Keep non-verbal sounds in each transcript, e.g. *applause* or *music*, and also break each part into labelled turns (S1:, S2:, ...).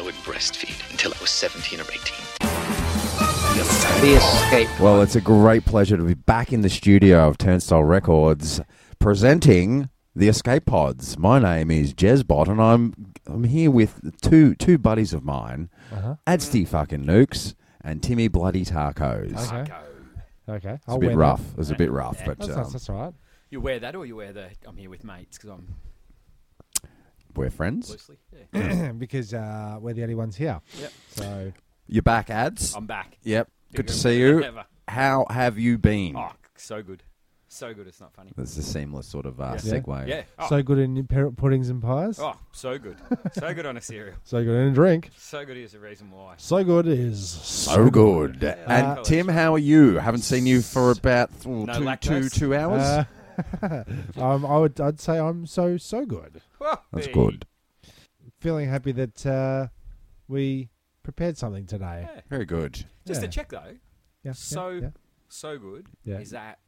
S1: breastfeed until I was 17 or 18.
S2: The escape.
S3: Well, it's a great pleasure to be back in the studio of Turnstile Records presenting the Escape Pods. My name is Jezbot, and I'm I'm here with two two buddies of mine, uh fucking Nukes and Timmy Bloody Tacos. It's
S4: Okay. Okay.
S3: a bit rough. It was a bit rough, but
S4: That's,
S3: um,
S4: that's, that's all right.
S5: You wear that, or you wear the I'm here with mates because I'm
S3: we're friends.
S5: loosely. Yeah.
S4: *clears throat* because uh, we're the only ones here.
S5: Yep.
S4: So
S3: You're back, ads.
S5: I'm back.
S3: Yep. Good
S5: Bigger
S3: to see
S5: than
S3: you.
S5: ever.
S3: How have you been?
S5: Oh, so good, so good. It's not funny.
S3: That's a seamless sort of uh,
S4: Yeah.
S3: segue.
S5: Yeah. Oh,
S4: so good in par- puddings and pies.
S5: oh, so good, so good on a cereal.
S4: So good in a drink.
S5: So good is the reason why.
S4: So good is so
S3: So good. and
S5: Uh,
S3: Tim, how are you? Haven't seen you for about oh,
S5: No
S3: two-
S5: lactose?
S3: two- two hours.
S4: Uh, *laughs* um, I would I'd say I'm so so good.
S5: Whoa,
S3: That's
S5: hey.
S3: good.
S4: Feeling happy that uh, we prepared something today.
S5: Yeah.
S3: Very good.
S5: Just
S4: Yeah.
S5: to check though,
S4: Yeah, yeah,
S5: so
S4: yeah.
S5: so good
S4: Yeah.
S5: is that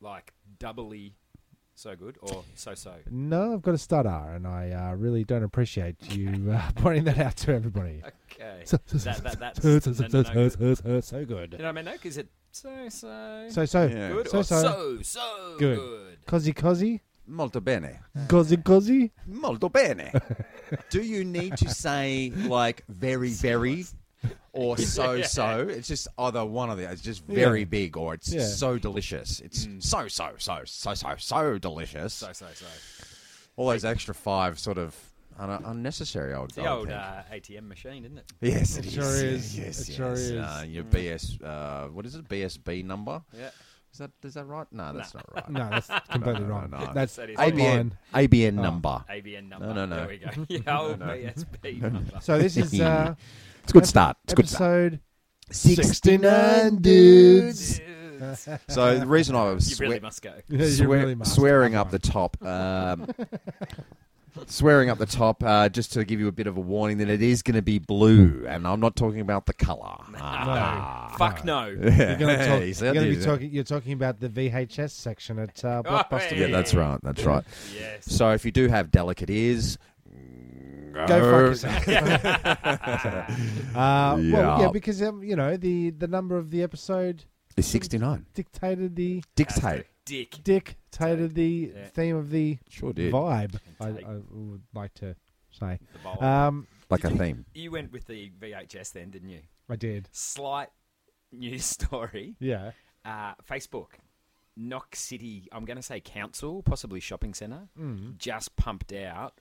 S5: like doubly so good or so so?
S4: No, I've got a stutter, and I uh, really don't appreciate you uh, *laughs* pointing that out to everybody.
S5: Okay.
S4: So-
S5: that, that, that's
S4: *laughs* so,
S5: no, no, no good.
S4: so
S5: You
S4: good.
S5: know what I mean? No, is it so so,
S4: So so
S3: Yeah.
S5: good
S4: so,
S5: or
S4: so.
S5: so so
S4: Good.
S5: good?
S4: cozy cozy
S3: Molto bene.
S4: cozy cozy.
S3: Molto *laughs* bene. Do you need to say like very very
S5: *laughs*
S3: or so so? It's just either one of the. It's just very
S4: Yeah.
S3: big or it's
S4: Yeah.
S3: so delicious. It's so so so so so so delicious.
S5: Mm. So so so.
S3: All those extra five sort of un- unnecessary. I would,
S5: It's the
S3: I would
S5: old
S3: think.
S5: uh, ATM machine, isn't it?
S3: Yes, it
S4: It
S3: is.
S4: sure is.
S3: Yes,
S4: It
S3: yes.
S4: sure is.
S3: Uh, your BS, uh, what is it? BSB number?
S5: Yeah.
S3: Is that is that right? No, that's not
S4: *laughs*
S3: right.
S4: *laughs* No, that's completely
S3: no,
S4: wrong.
S3: no.
S4: That's
S5: That is
S4: online. Oh.
S3: ABN, ABN number.
S5: ABN number.
S3: no, no.
S5: There we
S3: *laughs*
S5: go. Yeah, old BSB number.
S4: So this is uh,
S3: It's a good start. It's a good start.
S4: *laughs* episode.
S3: 69
S5: Yes.
S3: dudes. *laughs* So the reason I was
S5: you really
S3: swe-
S5: must go.
S4: Yeah, you
S3: swear-
S4: really must.
S3: swearing up the top. Um,
S4: *laughs*
S3: Swearing up the top, uh, just to give you a bit of a warning that it is going to be blue, and I'm not talking about the colour. Ah. *laughs*
S5: Fuck no.
S4: You're going to talk,
S3: He
S4: you're
S3: said
S4: going to be
S3: it.
S4: talking. You're talking about the VHS section at uh, Blockbuster.
S3: Oh, Yeah, that's right. That's right. *laughs*
S5: Yes.
S3: So if you do have delicate ears,
S4: Go fuck yourself.
S5: *laughs*
S4: uh, Well, yeah,
S3: Yeah.
S4: because um, you know the the number of the episode
S3: It's 69.
S4: dictated the
S3: Dictate.
S5: Dick.
S4: dictated the
S5: Yeah.
S4: theme of the
S3: Sure did.
S4: vibe. I,
S5: Take.
S4: I would like to say.
S5: The bowl.
S3: Uh,
S4: Um,
S3: Like a theme.
S5: you went with the VHS then, didn't you?
S4: I did.
S5: Slight news story.
S4: Yeah.
S5: Uh, Facebook. Knox City, I'm going to say council, possibly shopping centre,
S4: Mm.
S5: just pumped out.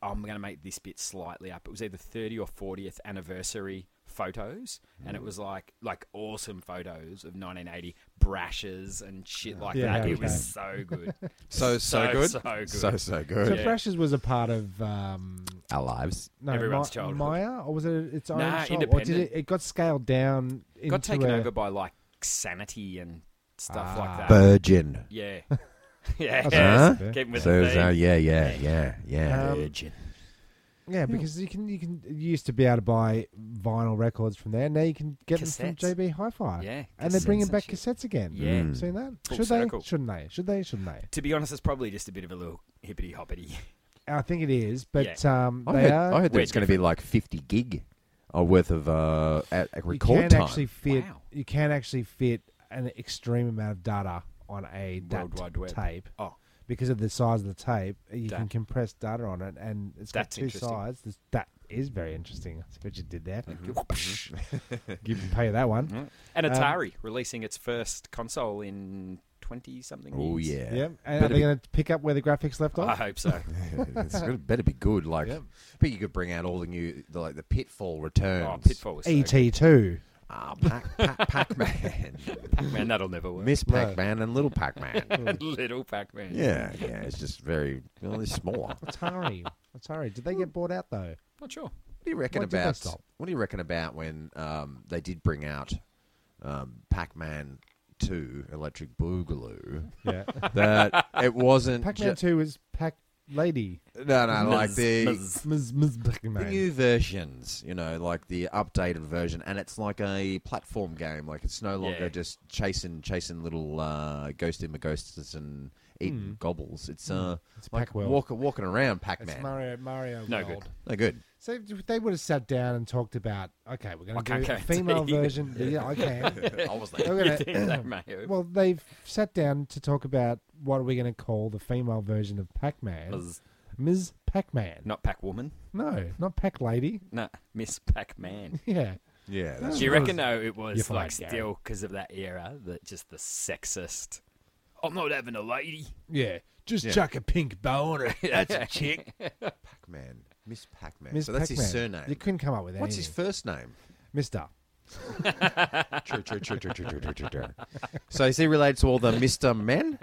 S5: I'm going to make this bit slightly up. It was either 30 or 40th anniversary photos,
S4: Mm.
S5: and it was like like awesome photos of 1980 brashes and shit like
S4: Yeah,
S5: that. It
S4: okay.
S5: was
S4: *laughs*
S5: so good.
S3: So, so,
S5: So,
S3: good.
S5: so good.
S3: So, so
S4: So
S3: good.
S5: Yeah.
S4: Brashes was a part of um,
S3: Our lives.
S4: no,
S5: Everyone's
S4: Ma-
S5: childhood.
S4: Maya, or was it its own?
S5: Nah,
S4: shop? Or did
S5: independent.
S4: it, it got scaled down. Into
S5: Got taken
S4: a-
S5: over by like sanity and stuff
S4: Ah.
S5: like that.
S3: Virgin.
S4: *laughs*
S5: yeah. *laughs* yeah.
S3: Huh?
S5: Keep with
S3: So,
S5: the
S3: so,
S5: theme.
S3: yeah, yeah, yeah, yeah.
S4: Um,
S5: Virgin.
S3: Hmm.
S4: Yeah, because you can you can you used to be able to buy vinyl records from there. Now you can get
S5: Cassettes.
S4: them from JB Hi-Fi.
S5: Yeah,
S4: and they're bringing
S5: cassettes
S4: back
S5: and
S4: cassettes again.
S5: Yeah.
S3: Mm.
S4: seen that?
S5: Full
S4: Should they?
S5: circle.
S4: Shouldn't they? Should they? Shouldn't they?
S5: To be honest, it's probably just a bit of a little hippity hoppity.
S3: *laughs*
S4: I think it is, but um,
S3: I,
S4: they
S3: heard,
S4: are.
S3: I heard
S5: We're
S3: there's going to be like 50 gig uh, worth of uh, at, at
S4: you
S3: record
S4: can
S3: time.
S4: actually fit.
S5: Wow.
S4: You can actually fit an extreme amount of data on a dat
S5: World Wide Web.
S4: tape.
S5: Oh.
S4: Because of the size of the tape, you
S5: Dat.
S4: can compress data on it, and it's got
S5: That's
S4: two
S5: interesting.
S4: sides. This, that is very interesting. I see what you did there. *laughs* Give pay that one.
S5: *laughs* And
S4: Um,
S5: Atari releasing its first console in 20 something
S3: Oh,
S5: years.
S3: yeah.
S4: Yeah, and are
S3: Better
S4: they
S3: be-
S4: going to pick up where the graphics left
S5: I
S4: off?
S5: hope
S4: *laughs*
S5: so.
S3: *laughs* it's gonna, better be good. Like,
S4: Yep.
S3: But you could bring out all the new, the, like the Pitfall Returns.
S5: oh, Pitfall was so good.
S4: ET E two.
S3: Ah, Pac, Pac, Pac-Man.
S4: *laughs*
S5: Man, that'll never work.
S3: Miss Pac-Man and Little Pac-Man.
S5: *laughs* Little Pac-Man.
S3: yeah, yeah. It's just very, well, it's smaller.
S4: Atari. Atari. Did they get bought out though?
S5: Not sure.
S3: What do you reckon
S4: Why did they
S3: about?
S4: stop?
S3: What do you reckon about when um, they did bring out um, Pac-Man Two Electric Boogaloo?
S4: Yeah.
S3: that it wasn't
S4: *laughs* Pac-Man
S3: ju-
S4: two is Pac Lady.
S3: no, no, like
S5: Ms.
S3: the
S5: Ms.
S4: Ms. Ms.
S3: the
S4: Pac-Man.
S3: new versions, you know, like the updated version, and it's like a platform game. Like it's no longer
S5: Yeah.
S3: just chasing chasing little uh, ghost in the ghosts and eating gobbles. It's uh,
S4: It's
S3: like
S4: Pac-World.
S3: walk, walking around
S4: It's
S3: Pac-Man.
S4: Mario Mario
S5: No
S4: World.
S5: good.
S3: No Oh, good.
S4: So they would have sat down and talked about, okay, we're going
S5: I
S4: to do
S5: can't
S4: a
S5: guarantee *laughs*
S4: female
S5: you.
S4: version. Yeah, I can.
S5: *laughs* I was like,
S4: We're
S5: *laughs* you *laughs*
S4: gonna-
S5: think they may have?
S4: well, they've sat down to talk about what are we going to call the female version of Pac-Man?
S5: Was
S4: Ms. Pac-Man.
S5: not Pac Woman.
S4: No, not Pac Lady. *laughs*
S5: No, Miss Pac Man.
S4: Yeah.
S3: Yeah,
S4: that's-
S5: Do you reckon though it was
S4: You're fine,
S5: like
S4: Gary.
S5: still because of that era that just the sexist? I'm not having a lady.
S4: Yeah. Just
S3: Yeah.
S4: chuck a pink bow on
S3: *laughs*
S4: her.
S3: that's
S5: *laughs*
S3: a chick. Pac-Man, Miss Pac-Man.
S4: Ms.
S3: so that's his
S4: Pac-Man.
S3: surname.
S4: You couldn't come up with
S3: What's
S4: anything.
S3: his first name?
S4: Mister.
S3: True, true, true, true, true, true, true, true,
S4: *laughs*
S3: true. So is he related to all the Mister Men?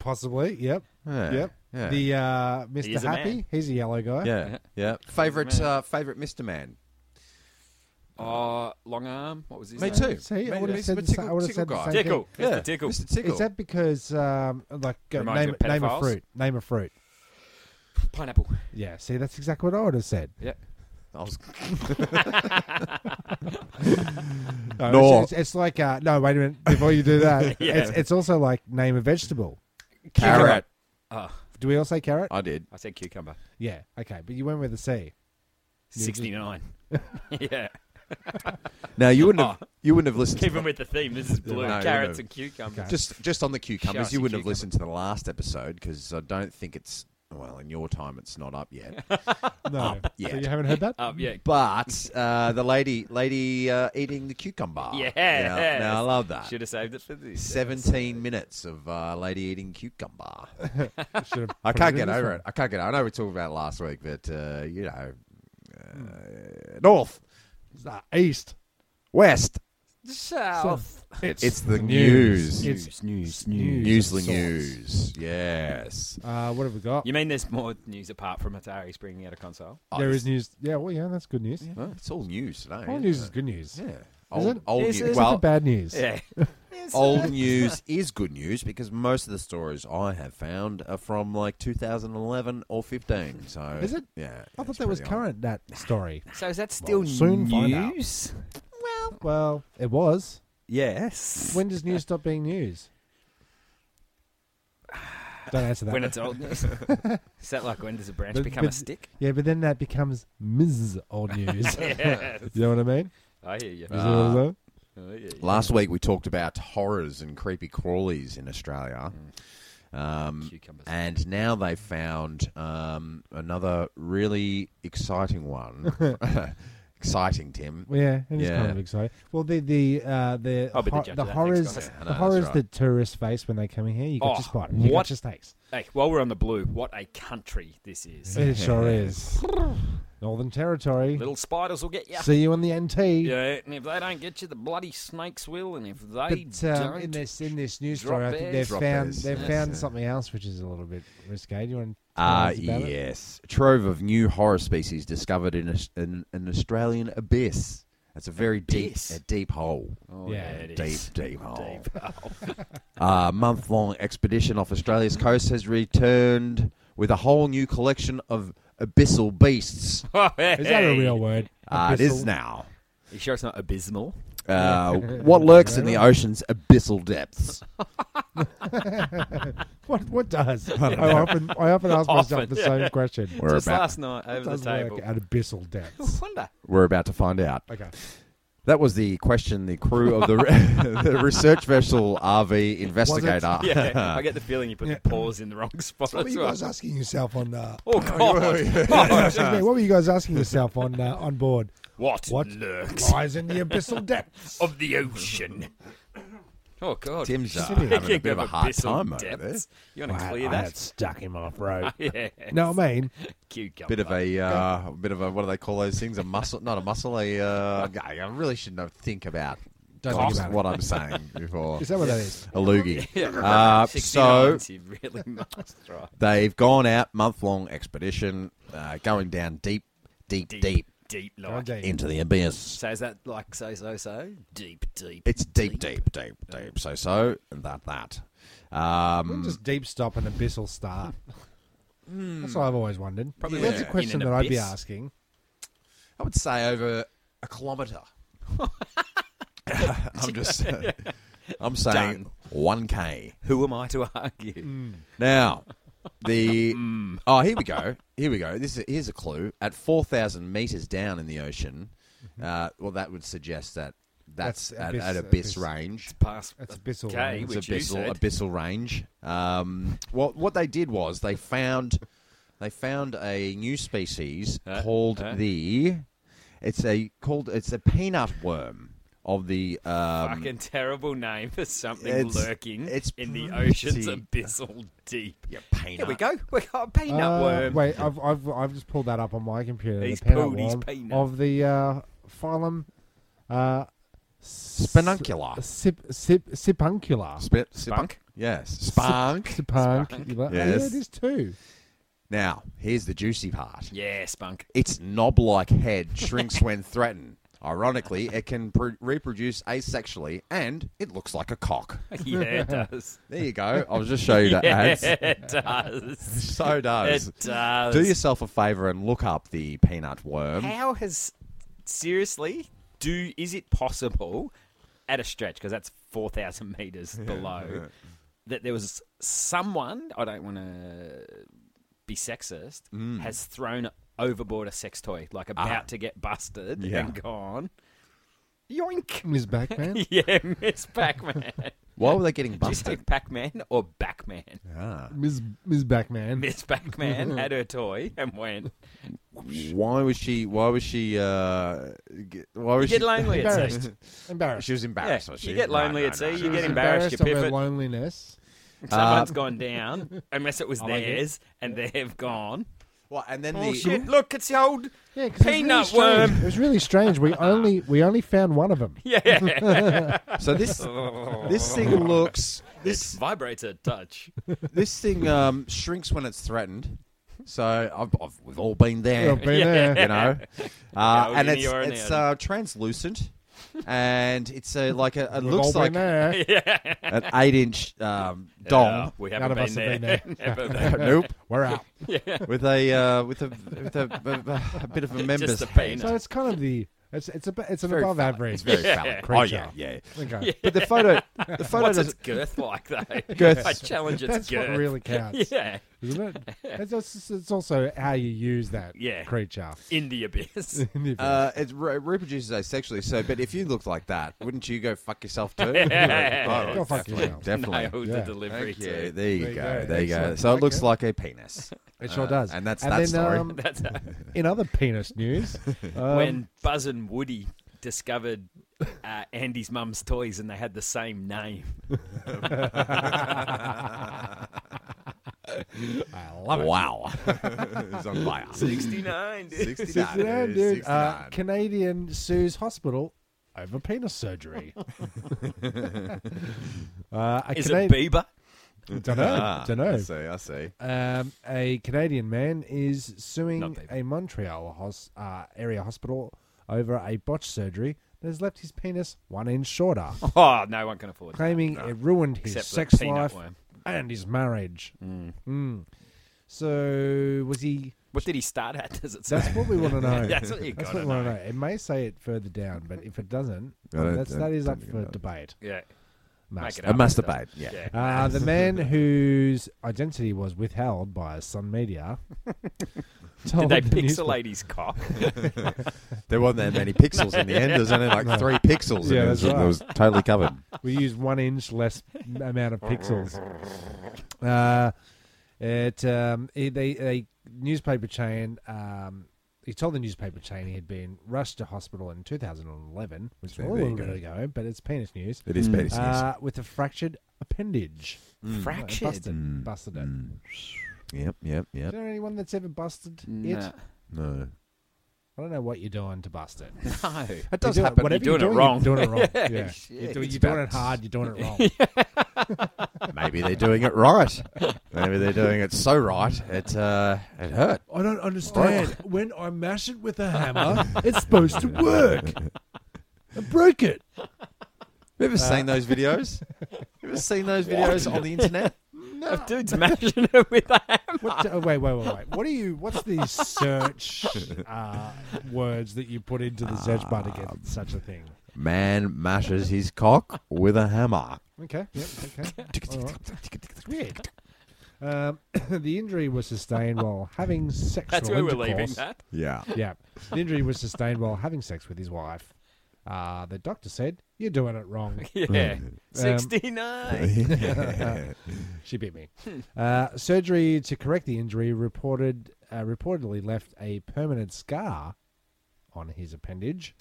S4: Possibly. Yep.
S3: Yeah,
S4: Yep.
S3: yeah.
S4: The uh, Mister
S5: is a
S4: Happy.
S5: man.
S4: He's a yellow guy.
S3: Yeah, yeah. Favorite, uh, favorite Mister Man.
S5: Oh, long arm. What was his
S3: Me
S5: name?
S3: too.
S4: See, I
S3: Me-
S4: would've
S3: Mr.
S4: said the
S3: Tickle-
S4: sa- I would've
S3: Tickle
S4: said the
S3: guy.
S4: same thing.
S5: Tickle.
S3: Yeah,
S5: Mr. Tickle.
S3: Mr. Tickle.
S4: Is that because um, like uh,
S5: Reminds
S4: name
S5: you of
S4: name a
S5: pedophiles?
S4: fruit? Name a fruit.
S5: Pineapple.
S4: Yeah. See, that's exactly what I would have said.
S5: Yep.
S3: I was-
S4: No,
S3: No.
S4: It's, it's, it's like uh, no. Wait a minute. Before
S3: *laughs*
S4: you do that,
S5: Yeah.
S4: it's, it's also like name a vegetable.
S3: Carrot.
S5: Oh,
S4: Do we all say carrot?
S3: I did.
S5: I said cucumber.
S4: yeah. Okay, but you went with a C. just-
S5: Sixty
S4: *laughs*
S5: nine. yeah.
S3: Now you wouldn't have. You wouldn't have listened. to
S5: Keeping
S3: the-
S5: Oh. with the theme, this is blue.
S3: No,
S5: Carrots
S3: no.
S5: and cucumbers.
S3: just just on the cucumbers.
S5: Shout
S3: You
S5: to
S3: wouldn't have
S5: cucumber.
S3: listened to the last episode because I don't think it's well in your time. It's not up yet. *laughs*
S4: No.
S3: yeah.
S4: So you haven't heard that?
S3: *laughs*
S5: Uh, yeah.
S3: But uh, the lady lady uh, eating
S5: *laughs*
S3: the cucumber.
S5: Yeah.
S3: Now, now I love that.
S5: Should have saved it for this.
S3: 17 minutes of uh, lady eating
S4: *laughs*
S3: cucumber.
S4: Should have
S3: I
S4: put
S3: can't
S4: in
S3: get
S4: this
S3: over
S4: one.
S3: it. I can't get over it. I know we talked about it last week, but, uh, you know,
S4: Hmm.
S3: uh, north,
S4: Uh, East.
S3: west,
S5: South.
S3: it's the news.
S4: It's
S5: news,
S3: Newsly news. Yes.
S4: Uh, what have we got?
S5: You mean there's more news apart from Atari's bringing out a console?
S3: Oh,
S4: there
S3: this-
S4: is news. Yeah, well, yeah, that's good news.
S3: Huh? It's all news today.
S4: All
S3: isn't
S4: news
S3: it?
S4: is good news.
S3: Yeah.
S4: Is
S3: Old,
S4: it?
S3: old
S5: Is-
S3: news.
S5: is
S4: It's
S3: Well,
S4: not bad news.
S5: Yeah.
S4: *laughs*
S3: old news is good news because most of the stories I have found are from like 2011 or 15. So
S4: Is it?
S3: Yeah.
S4: I thought that was current, that story.
S5: *laughs* So is that still
S4: soon find out.
S5: news?
S4: *laughs* Well, it was.
S5: Yes.
S4: When does news stop being news? Don't answer that.
S5: when it's old
S4: *laughs*
S5: news. is that like when does a branch
S4: But-
S5: become a
S4: but-
S5: stick?
S4: yeah, but then that becomes Ms. Old News.
S5: *laughs* Yes. Ah.
S4: you know what I mean?
S5: I hear you.
S4: Is that what it is?
S5: I hear you.
S3: Last week we talked about horrors and creepy crawlies in Australia.
S4: Mm.
S3: Um,
S5: Cucumbers.
S3: and now they've found um, another really exciting
S4: *laughs*
S3: one. *laughs* exciting, Tim.
S4: Well, yeah, it is
S3: Yeah.
S4: kind of exciting. Well, the the uh, the,
S5: I'll be the
S4: hor-
S5: judge of
S4: the
S5: that,
S4: horrors
S5: thanks, guys.
S3: I know,
S4: the
S3: that's
S4: horrors
S3: right.
S4: that tourists face when they come in here. You got
S5: Oh,
S4: your spider. You
S5: what?
S4: got your snakes.
S5: Hey, while we're on the blue, what a country this is.
S4: It sure is. Northern Territory.
S5: Little spiders will get you.
S4: See you on the NT.
S5: Yeah, and if they don't get you, the bloody snakes will. And if they
S4: But um,
S5: don't,
S4: in this in this news
S5: drop
S4: story, I think
S5: bears.
S4: they've
S3: Drop
S4: found
S3: bears,
S4: they've
S3: yes,
S4: found
S3: yeah.
S4: something else which is a little bit risque. Do you want
S5: Uh,
S4: to
S3: Ah,
S4: about it?
S3: yes. Trove of new horror species discovered in, a, in an Australian abyss. That's a very
S5: Abyss.
S3: deep, a deep hole.
S5: oh,
S4: yeah,
S5: it
S3: deep,
S5: is. Oh,
S3: deep hole.
S5: *laughs* Deep hole.
S3: A month long Uh, expedition off Australia's coast has returned with a whole new collection of abyssal beasts.
S5: oh,
S4: Is that a real word?
S3: Ah, it is
S4: Abyssal.
S3: now.
S5: You sure it's not abysmal?
S3: Uh, what lurks in the ocean's abyssal depths?
S4: What
S5: *laughs*
S4: what does? I, often I often ask myself
S5: Often,
S4: the
S5: yeah.
S4: same question.
S3: We're
S5: Just
S3: about,
S5: last night over the
S4: does work
S5: table. Oh,
S4: at
S5: *laughs*
S4: abyssal
S3: *laughs*
S4: depths?
S5: Wonder.
S3: we're about to find out.
S4: Okay.
S3: That was the question the crew of the, re- *laughs* the research vessel RV investigator. *laughs*
S5: Yeah, I get the feeling you put the pause in the wrong spot
S4: What were
S5: as
S4: you
S5: well.
S4: guys asking yourself on? Uh,
S5: Oh *laughs*
S4: *laughs*
S5: God!
S4: excuse me, what were you guys asking yourself on uh, on board?
S5: What,
S4: What
S5: lurks
S4: Lies in the abyssal
S5: *laughs*
S4: depths.
S5: of the ocean? Oh God! *laughs*
S3: Tim's uh,
S4: Speaking
S3: having a bit of a
S5: Speaking
S3: hard
S5: abyssal
S3: time over there.
S5: depths, You want to clear
S4: I had
S5: that?
S4: stuck him off road.
S5: *laughs* yeah.
S4: no, I mean,
S5: Cucumber.
S3: Bit of a uh, bit of a what do they call those things? A muscle? Not a muscle. A uh, I I really should know. Think about,
S4: Don't think
S3: cost-
S4: about it.
S3: what I'm saying before
S4: *laughs* is that what
S5: *laughs*
S4: that is?
S3: a *laughs* loogie.
S5: Yeah. *laughs*
S3: Uh,
S5: 69,
S3: so
S5: you really *laughs* must try.
S3: they've gone out month long expedition, uh, going down deep, deep, deep,
S5: Deep, deep, like.
S4: Okay.
S3: into the abyss.
S5: So is that like so so so? Deep, deep.
S3: It's deep, deep, deep, deep. So so and that that. Um,
S4: Just deep stop and abyssal
S5: *laughs*
S4: start. That's what I've always wondered.
S5: Hmm. Probably
S4: That's
S5: like
S4: a
S5: in
S4: question
S5: an
S4: that I'd be
S5: abyss.
S4: asking.
S3: I would say over a kilometre. *laughs* I'm *laughs* just, I'm saying one k.
S5: Who am I to argue?
S3: Now,
S5: *laughs*
S3: The
S5: Mm.
S3: oh, here we go. Here we go. This is here's a clue. At four thousand meters down in the ocean,
S5: Mm-hmm.
S3: uh, well, that would suggest that that's,
S4: That's
S3: at,
S4: abyss-
S3: at abyss
S4: abyss.
S3: range.
S5: Pass.
S4: That's abyssal.
S5: Okay,
S4: right?
S5: we-
S3: It's
S5: Which you
S3: abyssal,
S5: said.
S3: abyssal range. Um, what what they did was they found they found a new species
S5: Huh?
S3: called
S5: Huh?
S3: the it's a called it's a peanut worm of the um,
S5: Fucking terrible name for something
S3: it's-
S5: lurking
S3: it's
S5: in the ocean's
S3: pretty-
S5: abyssal deep.
S3: yeah,
S5: uh, Here
S3: peanut.
S5: we go. We got a peanut
S4: Uh,
S5: worm.
S4: Wait, I've, I've I've just pulled that up on my computer.
S5: He's
S4: the peanut
S5: pulled his
S4: worm
S5: peanut.
S4: of the uh, phylum. Uh,
S3: Spinuncular.
S4: Sip, sip, sipuncula.
S3: Spit, spunk.
S5: Spunk?
S3: Yes, spunk.
S4: Sipuncula.
S3: Yes.
S4: Yeah, it is too.
S3: Now, here's the juicy part.
S5: Yeah, spunk. *laughs*
S3: Its knob-like head shrinks when threatened. Ironically, it can pr reproduce asexually, and it looks like a cock.
S5: Yeah, *laughs* it does.
S3: There you go. I'll just show
S5: *laughs*
S3: you the
S5: yeah,
S3: ads.
S5: it does.
S3: So does.
S5: It does.
S3: Do yourself a favor and look up the peanut worm.
S5: How has seriously? Do is it possible at a stretch because that's four thousand meters below that there was someone? I don't want to be sexist. Has thrown overboard a sex toy like about to get busted
S3: Yeah.
S5: and *laughs* gone. Yoink!
S4: Ms.
S5: *laughs*
S4: Backman.
S5: Yeah, Miss Pac-Man. *laughs*
S3: Why were they getting
S5: Do you say
S3: busted?
S5: Pac-Man or Backman?
S3: Ah.
S4: Ms. Ms. Backman. *laughs*
S5: Miss Pac-Man had her toy and *laughs* went.
S3: Why was she? Why was she? Uh, g- why was
S5: You get
S3: she? *laughs*
S5: lonely at sea.
S4: Embarrassed. Embarrassed.
S3: She was embarrassed.
S5: Yeah,
S3: was
S5: you
S3: she?
S5: get lonely
S3: No,
S5: at
S3: no,
S5: sea,
S3: no,
S5: you
S3: no,
S5: get
S3: no.
S5: embarrassed, you
S4: Embarrassed of
S5: piff
S4: her
S5: it.
S4: loneliness.
S5: Someone's gone down, unless it was theirs, and they've gone.
S3: Well, and then
S5: Oh
S3: the
S5: shit! Look, it's the old.
S4: Yeah, 'cause it was really
S5: Peanut
S4: strange.
S5: worm.
S4: It was really strange. We only we only found one of them.
S5: *laughs*
S4: *laughs*
S5: Yeah,
S3: so this
S5: *laughs*
S3: this thing looks
S5: this
S3: this
S5: vibrates at
S4: *laughs*
S5: touch.
S3: this thing um, shrinks when it's threatened. So I've, I've, we've all been there.
S4: Well, been there.
S3: *laughs*
S5: *laughs*
S3: you know.
S5: I
S3: Uh,
S5: was
S3: and
S5: in
S3: it's
S5: the urn
S3: it's
S5: there.
S3: uh, translucent, and it's a, like a, it
S4: We've
S3: looks
S4: all been
S5: *laughs*
S3: like
S4: there.
S3: an eight inch um, dong.
S5: Uh, we
S4: None
S5: haven't
S4: of
S5: been
S4: us
S5: there.
S4: have
S5: *laughs*
S4: been there. *laughs*
S5: Never been.
S3: nope,
S4: We're out.
S3: with a uh, with a with a, a, a bit of a member's
S5: a
S3: head.
S5: peanut.
S4: So it's kind of the it's it's a it's an
S3: Very
S4: above
S3: phallic.
S4: average.
S3: It's very phallic.
S4: creature.
S3: Oh yeah, yeah.
S4: *laughs* Okay.
S3: But the photo, the photo
S5: What's its
S3: does
S5: girth like
S4: *laughs*
S5: though?
S3: Girth.
S5: I challenge its
S4: That's
S5: girth.
S4: what really
S5: *laughs*
S4: counts,
S5: Yeah,
S4: isn't it? It's, it's, it's also how you use that
S5: Yeah.
S4: creature.
S5: in the
S4: *laughs*
S5: abyss.
S4: In the event.
S3: uh, it re- reproduces asexually. So, but if you looked like that, wouldn't you go fuck yourself
S5: *laughs*
S3: too? oh,
S5: Yeah.
S4: Go fuck yourself.
S3: definitely.
S5: Nailed
S4: Yeah.
S5: the delivery
S3: Thank
S5: too.
S3: you. There you
S4: There you
S3: go.
S4: go.
S3: There you go.
S4: Excellent.
S3: So it looks
S4: Okay.
S3: like a penis. *laughs*
S4: it sure does.
S3: Uh, and that's
S4: and
S3: that
S4: then,
S3: story.
S4: Um,
S5: *laughs* That's how-
S4: in other penis
S3: *laughs*
S4: news, um,
S5: when Buzz and Woody discovered uh, Andy's mum's toys and they had the same name.
S4: *laughs* I *laughs* love it. *laughs*
S3: Wow. it's on fire.
S5: 69, dude.
S3: 69,
S4: Zidane,
S3: dude.
S4: dude. Uh,
S3: 69.
S4: Canadian sues hospital over
S3: *laughs*
S4: penis surgery. uh, a
S5: Is
S4: Cana-
S5: it Bieber?
S4: Dunno,
S3: Ah,
S4: dunno.
S3: I see. I see.
S4: Um, a Canadian man is suing
S5: Not Bieber.
S4: a Montreal hos- uh, area hospital over a botched surgery that has left his penis one inch shorter,
S5: *laughs* Oh, no one can afford that.
S4: claiming it ruined his
S5: Except for
S4: sex
S5: peanut
S4: life
S5: worm.
S4: and his marriage. Mm. So was he?
S5: What did he start at? *laughs* Does it
S4: That's
S5: say?
S4: what we want to
S5: *laughs*
S4: know.
S5: That's what you
S4: That's
S5: got
S4: what
S5: to
S4: we
S5: know.
S4: want to know. It may say it further down, but if it doesn't,
S3: I don't-
S4: that's, that
S3: I
S4: is
S3: don't
S4: up
S3: think it
S4: for
S3: does.
S4: debate.
S5: Yeah.
S4: Must.
S5: it
S3: A
S5: up.
S3: masturbate. Yeah.
S5: Yeah.
S4: Uh, the man whose identity was withheld by Sun
S5: *laughs*
S4: Media.
S5: Did they pixelate his cock?
S3: There wasn't that many pixels in the end. There's only like three pixels.
S4: Yeah,
S3: and it
S4: that's
S3: was,
S4: right.
S3: it was totally covered.
S4: We use one inch less m- amount of
S3: *laughs*
S4: pixels. Uh, it um, he- they they newspaper chain. Um, he told the newspaper chain he had been rushed to hospital in 2011, which was a
S3: there you
S4: little bit ago, but it's penis news.
S3: It is penis. Mm.
S4: Uh, with a fractured appendage.
S5: Fractured.
S4: Busted. Busted it.
S3: Yep, yep,
S4: Is
S3: yep.
S4: there anyone that's ever busted
S5: No.
S4: it? *laughs*
S3: No.
S4: I don't know what you're doing to bust it.
S5: No.
S3: It
S4: You
S3: does
S4: do it-
S3: happen.
S4: Whatever
S5: You're doing it
S4: you're doing,
S5: wrong.
S4: You're doing it wrong. yeah.
S5: shit.
S4: You're, doing,
S3: It's
S4: you're doing
S3: about-
S4: it hard. You're doing it wrong.
S3: Maybe they're doing it right. Maybe they're doing it so right it uh, it hurt.
S4: I don't
S5: *laughs*
S4: understand. when I mash it with a hammer, it's supposed to work. I broke it.
S3: You ever seen those *laughs* videos? You ever seen those videos on the internet?
S5: If dude's mashing it with a hammer.
S4: What, oh, wait, wait, wait, wait. What do you? What's
S5: *laughs*
S4: the search uh, words that you put into the search bar to get
S5: Um.
S4: such a thing?
S3: Man mashes his cock with a hammer.
S4: Okay. Yep. Okay. All right. *laughs* Weird. Um, *coughs* the injury was sustained while having sexual
S5: That's where we're leaving
S4: intercourse.
S5: that. *laughs*
S3: Yeah.
S4: *laughs* Yeah. The injury was sustained while having sex with his wife. Uh, the doctor said, You're doing it wrong.
S5: Yeah. 69.
S4: *laughs* She bit me. Uh, surgery to correct the injury reported uh, reportedly left a permanent scar on his appendage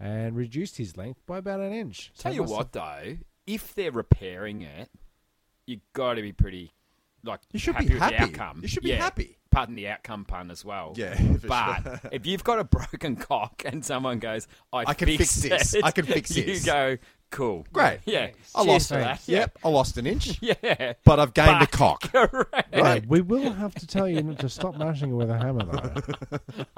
S4: and reduced his length by about an inch. So
S5: Tell
S4: it
S5: you
S4: must
S5: what, though, if they're repairing it, you got to be pretty, like,
S3: You should
S5: happy
S3: be
S5: with
S3: happy.
S5: the outcome.
S3: You should be
S5: Yeah.
S3: happy.
S5: Pardon the outcome pun as well.
S3: Yeah, for
S5: but *laughs* if you've got a broken cock and someone goes, "I,
S3: I can
S5: fixed
S3: fix this.
S5: it," *laughs*
S3: I can fix
S5: you
S3: this.
S5: go, "Cool,
S3: Great.
S5: yeah."
S3: I
S5: cheers
S3: lost
S5: for that.
S3: Yep, I lost an
S4: *laughs*
S3: inch,
S5: Yeah, *laughs* yeah. *laughs*
S3: but I've gained a
S5: But-
S3: cock.
S5: Correct.
S4: have-
S3: Right.
S4: Yeah, we will have to tell you not to stop mashing it with a
S3: *laughs*
S4: hammer, though.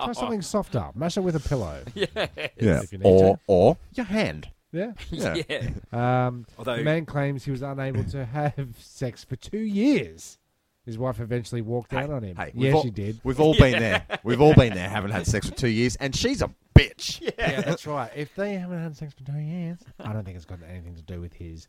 S4: Try something softer. Mash it with a pillow.
S3: Yeah.
S4: If you need
S3: Or
S4: to.
S3: or your hand.
S4: Yeah.
S3: Yeah.
S5: Yeah.
S3: *laughs*
S4: Um,
S5: Although-
S4: the man claims he was unable to have sex for two years. His wife eventually walked out on him.
S3: Hey, we've
S4: yeah,
S3: all,
S4: she did.
S3: We've all been
S4: *laughs*
S3: there. We've all been there. Haven't had sex for two years, and she's a bitch.
S4: *laughs*
S5: *laughs*
S4: Yeah, that's right. If they haven't had sex for two years, I don't think it's got anything to do with his.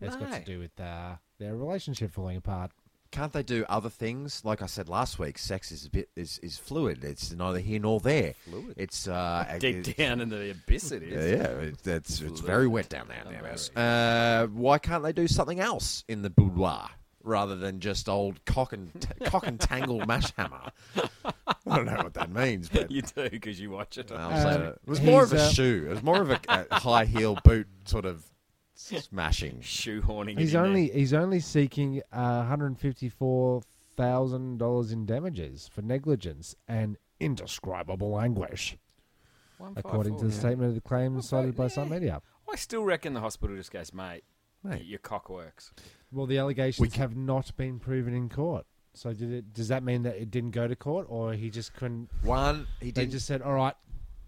S4: It's got to
S5: No.
S4: do with uh, their relationship falling apart.
S3: Can't they do other things? Like I said last week, sex is a bit is, is fluid. It's neither here nor there. Fluid. It's uh,
S5: Deep
S3: it-
S5: down in the abyss, it
S3: Yeah,
S5: is.
S3: yeah, it- that's it's very wet down there now, Mouse. Uh, why can't they do something else in the boudoir rather than just old cock and t- *laughs* cock and tangle mash hammer? I don't know what that means,
S5: *laughs*
S3: but
S5: You do because you watch it.
S3: I'll say
S4: Um,
S3: that. it was more of
S4: he's,
S3: a
S4: uh,
S3: shoe. It was more of a, a high heel boot sort of smashing.
S5: *laughs* Shoehorning. it
S4: He's
S5: in there.
S4: only he's only seeking uh, one hundred fifty four thousand dollars in damages for negligence and indescribable anguish,
S5: One five
S4: according
S5: four.
S4: to the statement of the claim cited by some media.
S5: I still reckon the hospital just goes, mate,
S3: Mate.
S5: your cock works.
S4: Well, the allegations have not been proven in court. So did it? Does that mean that it didn't go to court, or he just couldn't?
S3: One, he
S4: They
S3: did
S4: just said, "All right,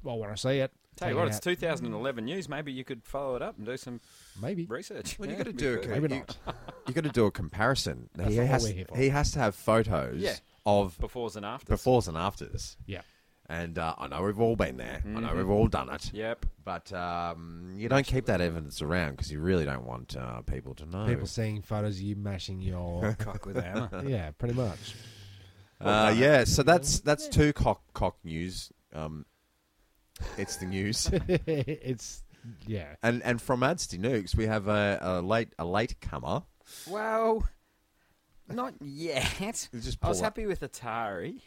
S4: well, when I see it,
S5: Tell you
S4: take
S5: what,
S4: it
S5: it's
S4: out."
S5: 2011 news. Maybe you could follow it up and do some
S4: maybe."
S5: research.
S3: Well, you
S5: Yeah,
S3: got to
S5: we
S3: do a
S5: could.
S3: com-
S4: Maybe
S3: you,
S4: not.
S3: you got to do a comparison.
S4: That's
S3: he
S4: what
S3: has
S4: we're here for.
S3: he has to have photos
S5: Yeah.
S3: of
S5: befores and afters.
S3: befores and afters.
S4: Yeah.
S3: And uh, I know we've all been there. I know we've all done it.
S5: Yep.
S3: But um, you don't keep that evidence around because you really don't want uh, people to know.
S4: People seeing photos of you mashing your
S5: *laughs* Cock with a *laughs* hammer.
S4: yeah, pretty much.
S3: *laughs*
S4: *laughs*
S3: uh, yeah, so that's that's two cock cock news. Um, it's
S5: *laughs*
S3: the news,
S4: it's yeah.
S3: and and from ads to nukes, we have a, a late a late comer.
S5: well, not
S3: *laughs*
S5: yet.
S3: You just
S5: I was
S3: pull up.
S5: happy with Atari,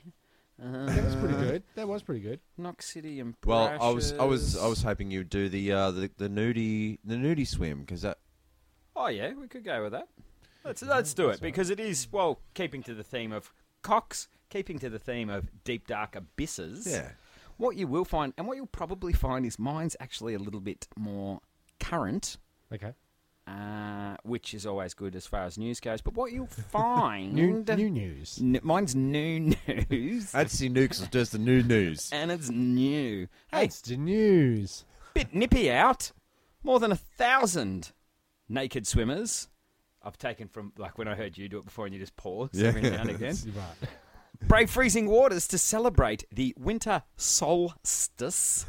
S4: That was pretty good. That was pretty good.
S5: Knox City, and
S3: Well, I was I was
S5: Brashes.
S3: I was hoping you'd do the uh, the the nudie the nudie swim
S5: *laughs*
S3: because that
S5: Oh yeah, we could go with that. Let's let's do it because it is well keeping to the theme of cocks, keeping to the theme of deep dark abysses.
S3: Yeah.
S5: What you will find, and what you'll probably find, is mine's actually a little bit more current,
S4: Okay.
S5: uh, which is always good as far as news goes. But
S4: *laughs*
S5: what you'll find,
S4: New, new news.
S5: Mm, N- mine's new *laughs* news,
S3: ads to nukes was just the
S5: *laughs*
S3: new news.
S5: and it's new. Hey,
S4: It's the news.
S5: bit nippy out. More than a thousand naked swimmers. I've taken from like when I heard you do it before, and you just pause every now and again.
S4: Right.
S5: Brave freezing waters to celebrate the winter solstice,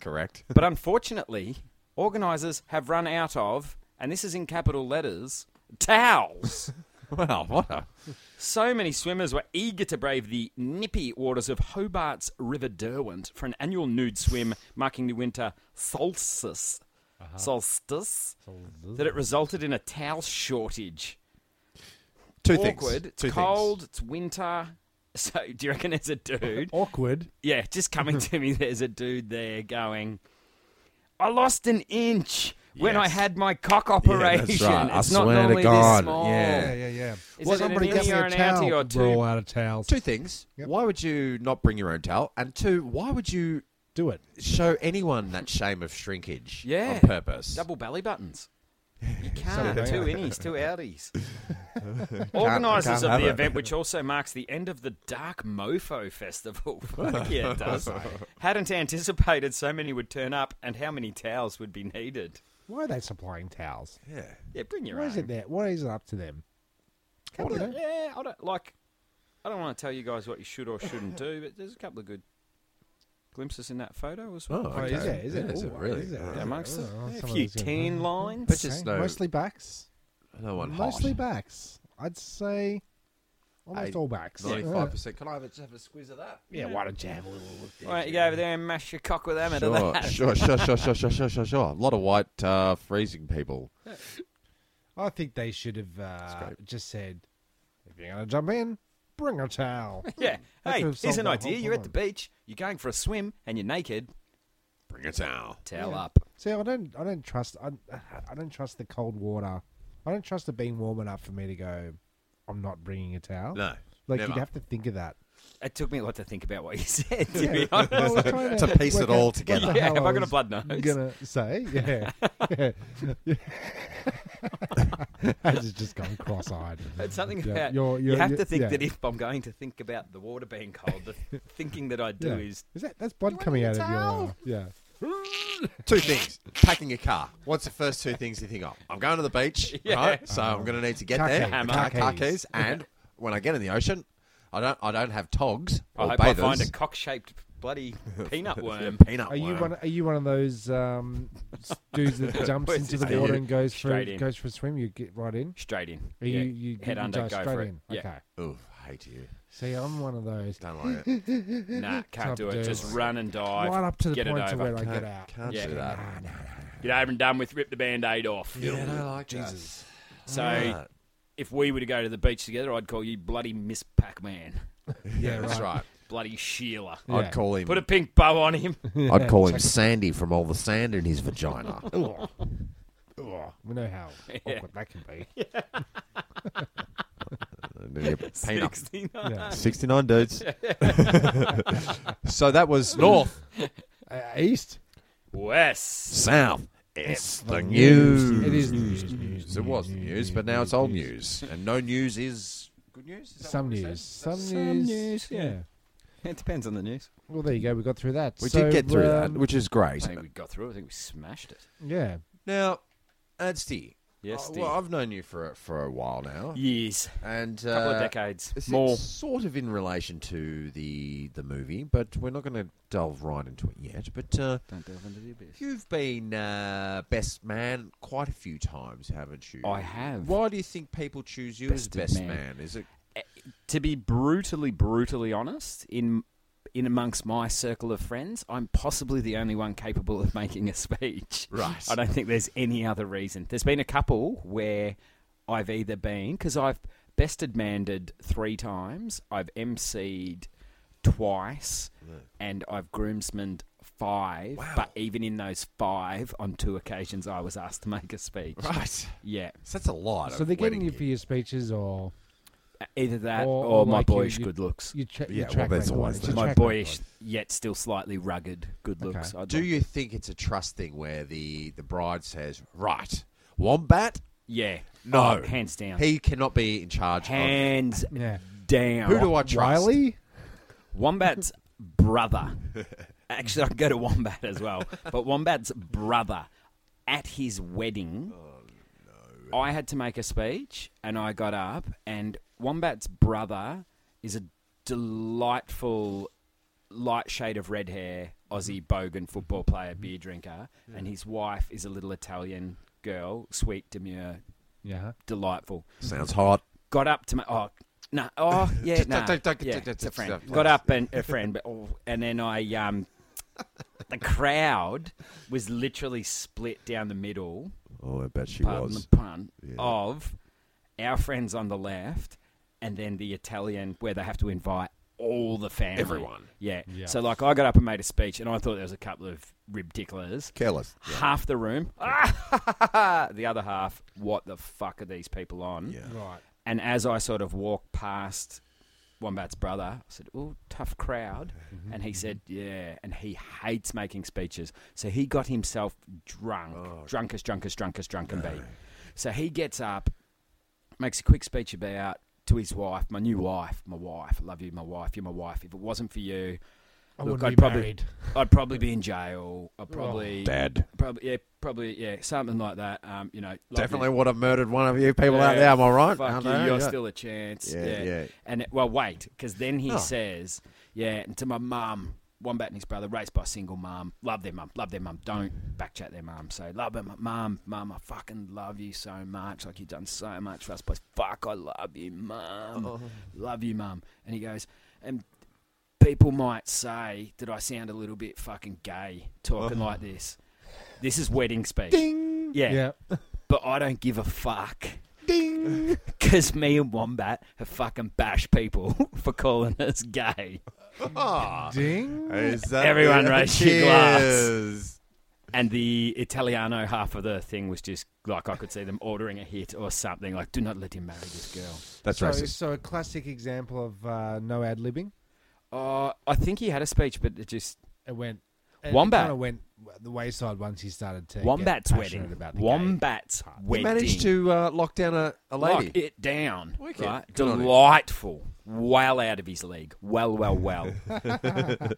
S3: Correct. *laughs*
S5: but unfortunately, organisers have run out of, and this is in capital letters, towels.
S3: wow, what a
S5: So many swimmers were eager to brave the nippy waters of Hobart's River Derwent for an annual nude swim marking the winter solstice. Solstice. That it resulted in a towel shortage.
S3: two
S5: Awkward.
S3: things.
S5: It's
S3: Two
S5: cold. It's winter. *laughs* So, do you reckon there's a
S3: *laughs*
S5: dude?
S4: Awkward.
S5: Yeah, just coming to me. There's a dude there going, I lost an inch when I
S3: Yes.
S5: had my cock
S3: Yeah,
S5: operation.
S3: that's right. I
S5: It's not
S3: swear
S5: normally
S3: to
S5: this
S3: God.
S5: small.
S4: Yeah,
S3: Yeah.
S4: yeah, yeah.
S5: Is it an inch or an outie or
S4: We're
S5: two?
S4: all out of towels.
S3: Two things. Why would you not bring your own towel? And two, why would you
S4: Do it.
S3: show anyone that shame of shrinkage
S5: Yeah.
S3: on purpose?
S5: Double belly buttons.
S4: *laughs*
S5: You can't.
S4: Sorry.
S5: two innies, two
S4: *laughs*
S5: outies. Organisers
S3: can't
S5: of
S3: have
S5: the
S3: it.
S5: event, which also marks the end of the Dark Mofo
S4: *laughs*
S5: Festival. Fuck yeah, it does. Hadn't anticipated so many would turn up and how many towels would be needed.
S4: Why are they supplying towels?
S3: Yeah.
S5: Yeah, bring your
S4: Why
S5: own.
S4: is it that? Why is it up to them?
S5: Couple
S4: What
S5: of- yeah, I don't like. I don't want to tell you guys what you should or shouldn't do, but there's a couple of good glimpses in that photo as well.
S4: Oh, is it? Is it?
S3: Yeah, is
S4: Ooh,
S3: it really?
S4: is it?
S3: Yeah.
S5: Yeah, amongst
S4: Oh,
S5: the-
S4: oh,
S5: a
S4: some of
S5: few
S4: those good-
S5: tan
S4: Oh,
S5: lines.
S3: But just
S4: okay.
S3: no-
S4: mostly backs.
S3: No one hot.
S4: Mostly backs. I'd say almost
S3: Eight-
S4: all backs.
S3: Ninety-five percent. Can I have a, have a squeeze of that?
S4: Yeah, why don't you have a little look?
S5: Why don't you go over there and mash your cock with them and
S6: Sure,
S5: that?
S6: sure, sure, sure, sure, sure, sure, sure, sure. A lot of white uh, freezing people.
S4: I think they should have uh, just said, if you're going to jump in, bring a *laughs* towel.
S5: Yeah. Hey,
S4: That could have
S5: here's
S4: solved
S5: an
S4: our
S5: idea.
S4: whole
S5: You're at the
S4: problem.
S5: beach. You're going for a swim, and you're naked.
S3: Bring it down.
S5: Towel
S4: Yeah.
S5: up.
S4: See, I don't, I don't trust, I, I don't trust the cold water. I don't trust it being warm enough for me to go. I'm not bringing a towel.
S3: No,
S4: like
S3: never.
S4: you'd have to think of that.
S5: It took me a lot to think about what you *laughs* said. To
S4: Yeah.
S5: be honest.
S4: I *laughs* was trying
S6: To piece it
S4: work
S6: all
S4: out what the
S6: together.
S5: Yeah,
S4: hell
S5: have I got a
S4: was
S5: blood nose?
S4: Gonna say, yeah. *laughs* yeah. I just just gone cross-eyed.
S5: *laughs* It's something
S4: Yeah,
S5: about
S4: you're-
S5: you
S4: you're-
S5: have
S4: you're-
S5: to think
S4: yeah.
S5: that if I'm going to think about the water being cold,
S4: *laughs*
S5: the thinking that I do
S4: Yeah.
S5: is
S4: Is that that's blood coming out of your? uh, Yeah.
S3: Two things. Packing a car. What's the first two things you think of? I'm going to the *laughs* beach,
S5: Yeah.
S3: right? So I'm going to need to get
S4: Car
S3: there.
S4: keys.
S3: Car,
S5: Car
S3: car
S4: keys.
S3: keys. And when I get in the ocean, I don't. I don't have togs
S5: I
S3: or
S5: hope
S3: bathers.
S5: I find a cock-shaped
S4: *laughs*
S5: bloody peanut worm.
S3: peanut
S4: Are you
S3: worm.
S4: one? Are you one of those um, s- dudes
S5: *laughs*
S4: that jumps
S5: Where's
S4: into
S5: this
S4: the
S5: going?
S4: water and goes for
S5: Straight in.
S4: goes for a swim? You get right in.
S5: Straight in.
S4: Or
S5: Yeah.
S4: You, you
S5: Head
S4: you
S5: under,
S4: dive
S5: go
S4: straight
S5: for it.
S4: in.
S5: Yeah.
S4: Okay.
S3: Oof, hate you.
S4: See, I'm one of those.
S3: Don't like it.
S5: Nah, can't
S4: Tough
S5: do it.
S4: dudes.
S5: Just run and dive.
S4: right up to the
S5: Get
S4: point
S5: it
S4: to
S5: over.
S4: where I get
S3: Can't-
S4: out. Ah,
S3: can't
S5: Yeah.
S3: do that.
S5: Get over and done with. Rip the band-aid off.
S3: Yeah, I don't like Jesus.
S5: So if we were to go to the beach together, I'd call you bloody Miss Pac-Man, *laughs*
S4: Yeah,
S3: that's
S4: right.
S3: right.
S5: bloody Sheila.
S4: Yeah.
S6: I'd call him.
S5: Put a pink bow on *laughs* him.
S6: I'd *laughs* call him Sandy from all the sand in his vagina.
S4: *laughs* Ugh, we
S5: *laughs*
S4: know how awkward that can be.
S6: Peanut.
S5: Sixty-nine.
S4: Yeah.
S6: 69 dudes. *laughs* so that was north,
S4: Uh, east.
S5: West.
S6: south. It's the
S4: It
S6: news.
S4: is news. news
S6: It was the news, but now it's old news. And no news is.
S4: Some news. Some,
S5: Some
S4: news.
S5: news, yeah. It depends on the news.
S4: Well, there you go. We got through that.
S6: We
S4: So,
S6: did get through that,
S4: um,
S6: which is great.
S5: I think we got through. it. I think we smashed it.
S4: Yeah.
S6: Now, Adsty.
S5: Yes,
S6: Uh,
S5: Steve.
S6: well, I've known you for for a while now,
S5: Years.
S6: and uh,
S5: Couple of decades.
S6: It's,
S5: More.
S6: it's sort of in relation to the the movie, but we're not going to delve right into it yet. But uh,
S5: Don't delve into the abyss.
S6: you've been uh, best man quite a few times, haven't you?
S5: I have.
S6: Why do you think people choose you as
S5: Best
S6: best man?
S5: man.
S6: Is it?
S5: To be brutally, brutally honest, in in amongst my circle of friends, I'm possibly the only one capable of making a speech.
S6: Right.
S5: *laughs* I don't think there's any other reason. There's been a couple where I've either been because I've bested manded three times, I've MC'd twice, and I've groomsmaned five. But even in those five, on two occasions, I was asked to make a speech.
S6: Right.
S5: Yeah.
S6: So that's a lot.
S4: So
S6: of
S4: they're
S6: wedding
S4: getting you for
S6: gig.
S4: your speeches or
S5: Either that or,
S4: Or- or
S5: my
S4: like you-
S5: boyish
S4: you-
S5: good looks.
S4: you check.
S6: Yeah,
S4: your
S6: well,
S4: track
S6: that's
S4: record.
S6: always
S4: It's your
S6: that.
S5: my
S4: track
S5: boyish,
S4: record.
S5: yet still slightly rugged good
S4: Okay.
S5: looks. I'd
S6: Do
S5: like-
S6: you think it's a trust thing where the the bride says, "Right, wombat,
S5: Yeah.
S6: No.
S5: Oh, hands down.
S6: he cannot be in charge"? of...
S5: hands
S4: Yeah.
S5: down.
S6: Who do I trust?
S4: Riley.
S5: Wombat's brother. Actually, I can go to Wombat as well. But Wombat's brother at his wedding, I had to make a speech and I got up. And Wombat's brother is a delightful light shade of red hair, Aussie bogan football player, beer drinker. And his wife is a little Italian girl, sweet, demure,
S4: Yeah.
S5: delightful
S6: Sounds hot.
S5: got up to my oh no oh yeah
S6: Just
S5: no
S6: don't- don't-
S5: yeah,
S6: don't-
S5: it's a friend
S6: don't-
S5: got up and a friend but oh, and then I um the crowd was literally split down the middle
S6: Oh, I bet she
S5: pardon the pun of our friends on the left and then the Italian where they have to invite all the family
S3: Everyone.
S5: yeah,
S4: Yeah.
S5: so like I got up and made a speech and I thought there was a couple of rib ticklers
S6: Careless.
S5: half the room *laughs* the other half what the fuck are these people on
S6: Yeah.
S4: Right.
S5: and as I sort of walked past Wombat's brother, I said, Oh, tough crowd.
S6: Mm-hmm.
S5: And he said, Yeah. And he hates making speeches. So he got himself drunk,
S6: Oh,
S5: drunk as drunk as drunk as drunk can be. So he gets up, makes a quick speech about to his wife, my new wife, my wife, I love you, my wife, you're my wife. If it wasn't for you,
S4: I
S5: Look,
S4: wouldn't
S5: I'd
S4: be
S5: probably-
S4: married.
S5: I'd probably be in jail. I'd probably,
S6: Dad.
S5: probably, yeah, probably, yeah, something like that. Um, you know, love you.
S6: Definitely would have murdered one of you people out
S5: Yeah,
S6: there, am I right?
S5: Fuck
S6: Out
S5: you,
S6: there,
S5: you're
S6: yeah.
S5: still a chance.
S6: Yeah,
S5: Yeah,
S6: yeah.
S5: And it- well, wait, because then he says, yeah, and to my mum, Wombat and his brother, raised by a single mum. Love their mum. Love their mum. Don't backchat their mum. So love her, mum. Mum, I fucking love you so much. Like you've done so much for us. But fuck, I love you, mum.
S3: Oh.
S5: Love you, mum. And he goes, and people might say that I sound a little bit fucking gay talking like this. This is wedding speak. Ding. Yeah.
S4: Yeah.
S5: But I don't give a fuck. *laughs*
S6: Ding.
S5: Because me and Wombat have fucking bashed people *laughs* for calling us gay.
S4: *laughs*
S3: Oh,
S4: Ding.
S3: is that
S5: Everyone
S3: the-
S5: raise your glass.
S3: Cheers.
S5: And the Italiano half of the thing was just like I could see them ordering a hit or something. Like, do not let him marry this girl.
S6: That's
S4: So,
S6: racist.
S4: so a classic example of uh, no ad libbing.
S5: Uh, I think he had a speech, but it just
S4: It went.
S5: Wombat.
S4: kind of went the wayside once he started to. get
S5: Wombat's
S4: passionate
S5: wedding.
S4: About the gay.
S5: Wombat's
S3: We
S5: wedding.
S3: managed to uh, lock down a, a lady.
S5: lock it down.
S3: Wicked.
S5: Right?
S3: Good on him.
S5: Delightful. Well out of his league. Well, well,
S3: *laughs*
S5: well.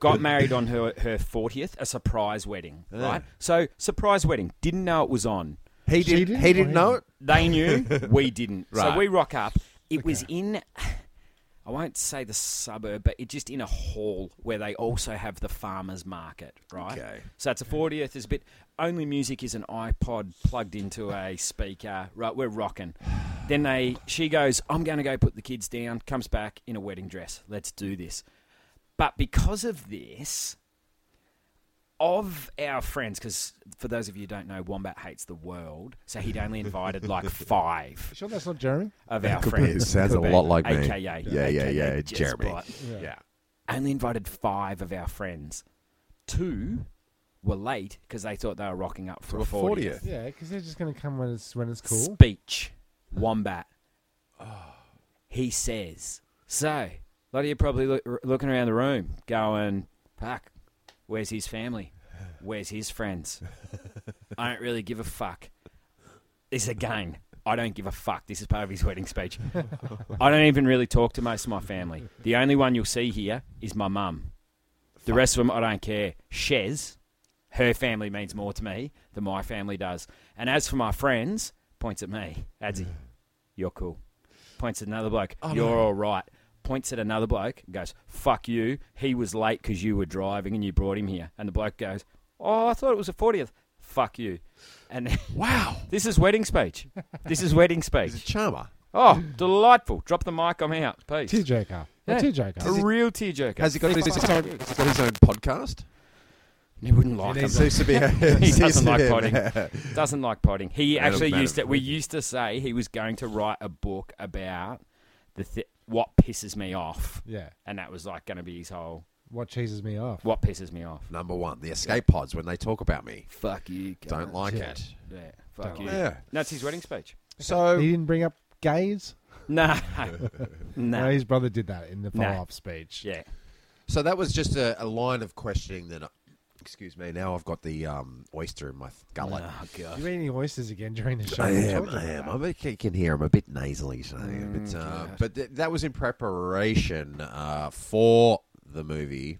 S5: Got married on her her fortieth, a surprise wedding. Right. So surprise wedding. Didn't know it was on.
S3: He
S4: She
S3: didn't.
S4: didn't
S3: He didn't
S4: blame
S3: know
S4: him.
S3: it.
S5: They
S3: *laughs*
S5: knew, we didn't.
S3: Right.
S5: So we rock up. It was in, I won't say the suburb, but it just in a hall where they also have the farmers market, right?
S3: Okay.
S5: So it's a 40th, is a bit, only music is an iPod plugged into a speaker, right? We're rocking. Then they, she goes, I'm going to go put the kids down, comes back in a wedding dress. Let's do this. But because of this, of our friends, because for those of you who don't know, Wombat hates the world, so he'd only invited *laughs* like five
S4: Sure, that's not Jeremy.
S5: of our
S6: Could be.
S5: friends.
S6: It sounds a
S5: Could be.
S6: lot like me.
S5: AKA,
S6: Yeah, yeah,
S5: AKA
S6: yeah,
S5: Jez
S6: Jeremy.
S5: Bot.
S3: Yeah.
S5: Only invited five of our friends. Two were late because they thought they were rocking up for
S3: To
S5: a
S3: a
S5: 40th.
S3: fortieth.
S4: Yeah, because they're just going to come when it's when it's cool.
S5: speech, Wombat. He says, So, a lot of you probably look, r- looking around the room going, Fuck, where's his family? Where's his friends? I don't really give a fuck. This again, I don't give a fuck. This is part of his wedding speech. I don't even really talk to most of my family. The only one you'll see here is my mum. The rest of them, I don't care. Shez, her family means more to me than my family does. And as for my friends, points at me, Adzi, you're cool. Points at another bloke, you're all right. Points at another bloke, and goes, fuck you. He was late because you were driving and you brought him here. And the bloke goes, oh, I thought it was the 40th. Fuck you. And *laughs*
S3: Wow.
S5: this is wedding speech. This is wedding
S3: He's a
S5: speech.
S3: charmer.
S5: Oh, delightful. Drop the mic, I'm out. Peace.
S4: Tearjerker. A
S5: Yeah. A
S4: tearjerker.
S5: real tearjerker.
S3: Has he got his, his own, he's got his own podcast?
S5: He wouldn't like
S4: He
S5: it.
S4: needs
S3: *laughs* Seems to be.
S5: *laughs* He
S3: he
S5: doesn't like potting. Doesn't like potting. He
S3: Man of-
S5: actually
S3: man
S5: used
S3: of-
S5: it. We used to say he was going to write a book about the th- what pisses me off,
S4: Yeah.
S5: and that was like going to be his whole
S4: What cheeses me off?
S5: what pisses me off.
S3: Number one, the escape pods when they talk about me.
S5: Fuck you.
S3: Don't like
S4: Yeah.
S3: it.
S5: Yeah. Fuck
S4: Don't
S5: you.
S4: like
S3: Yeah.
S5: That's his wedding speech.
S3: So
S4: He didn't bring up gays.
S5: No. *laughs* no.
S4: No, his brother did that in the
S5: Nah.
S4: follow-up speech.
S5: Yeah.
S3: So that was just a, a line of questioning that. Excuse me. Now I've got the um, oyster in my gullet.
S5: Oh
S4: You
S5: god.
S4: eat any oysters again during the show?
S3: I am.
S4: Talking
S3: I am.
S4: about
S3: I'm, I can hear him a bit nasally. So,
S4: Mm,
S3: but, uh, but th- that was in preparation uh, for the movie,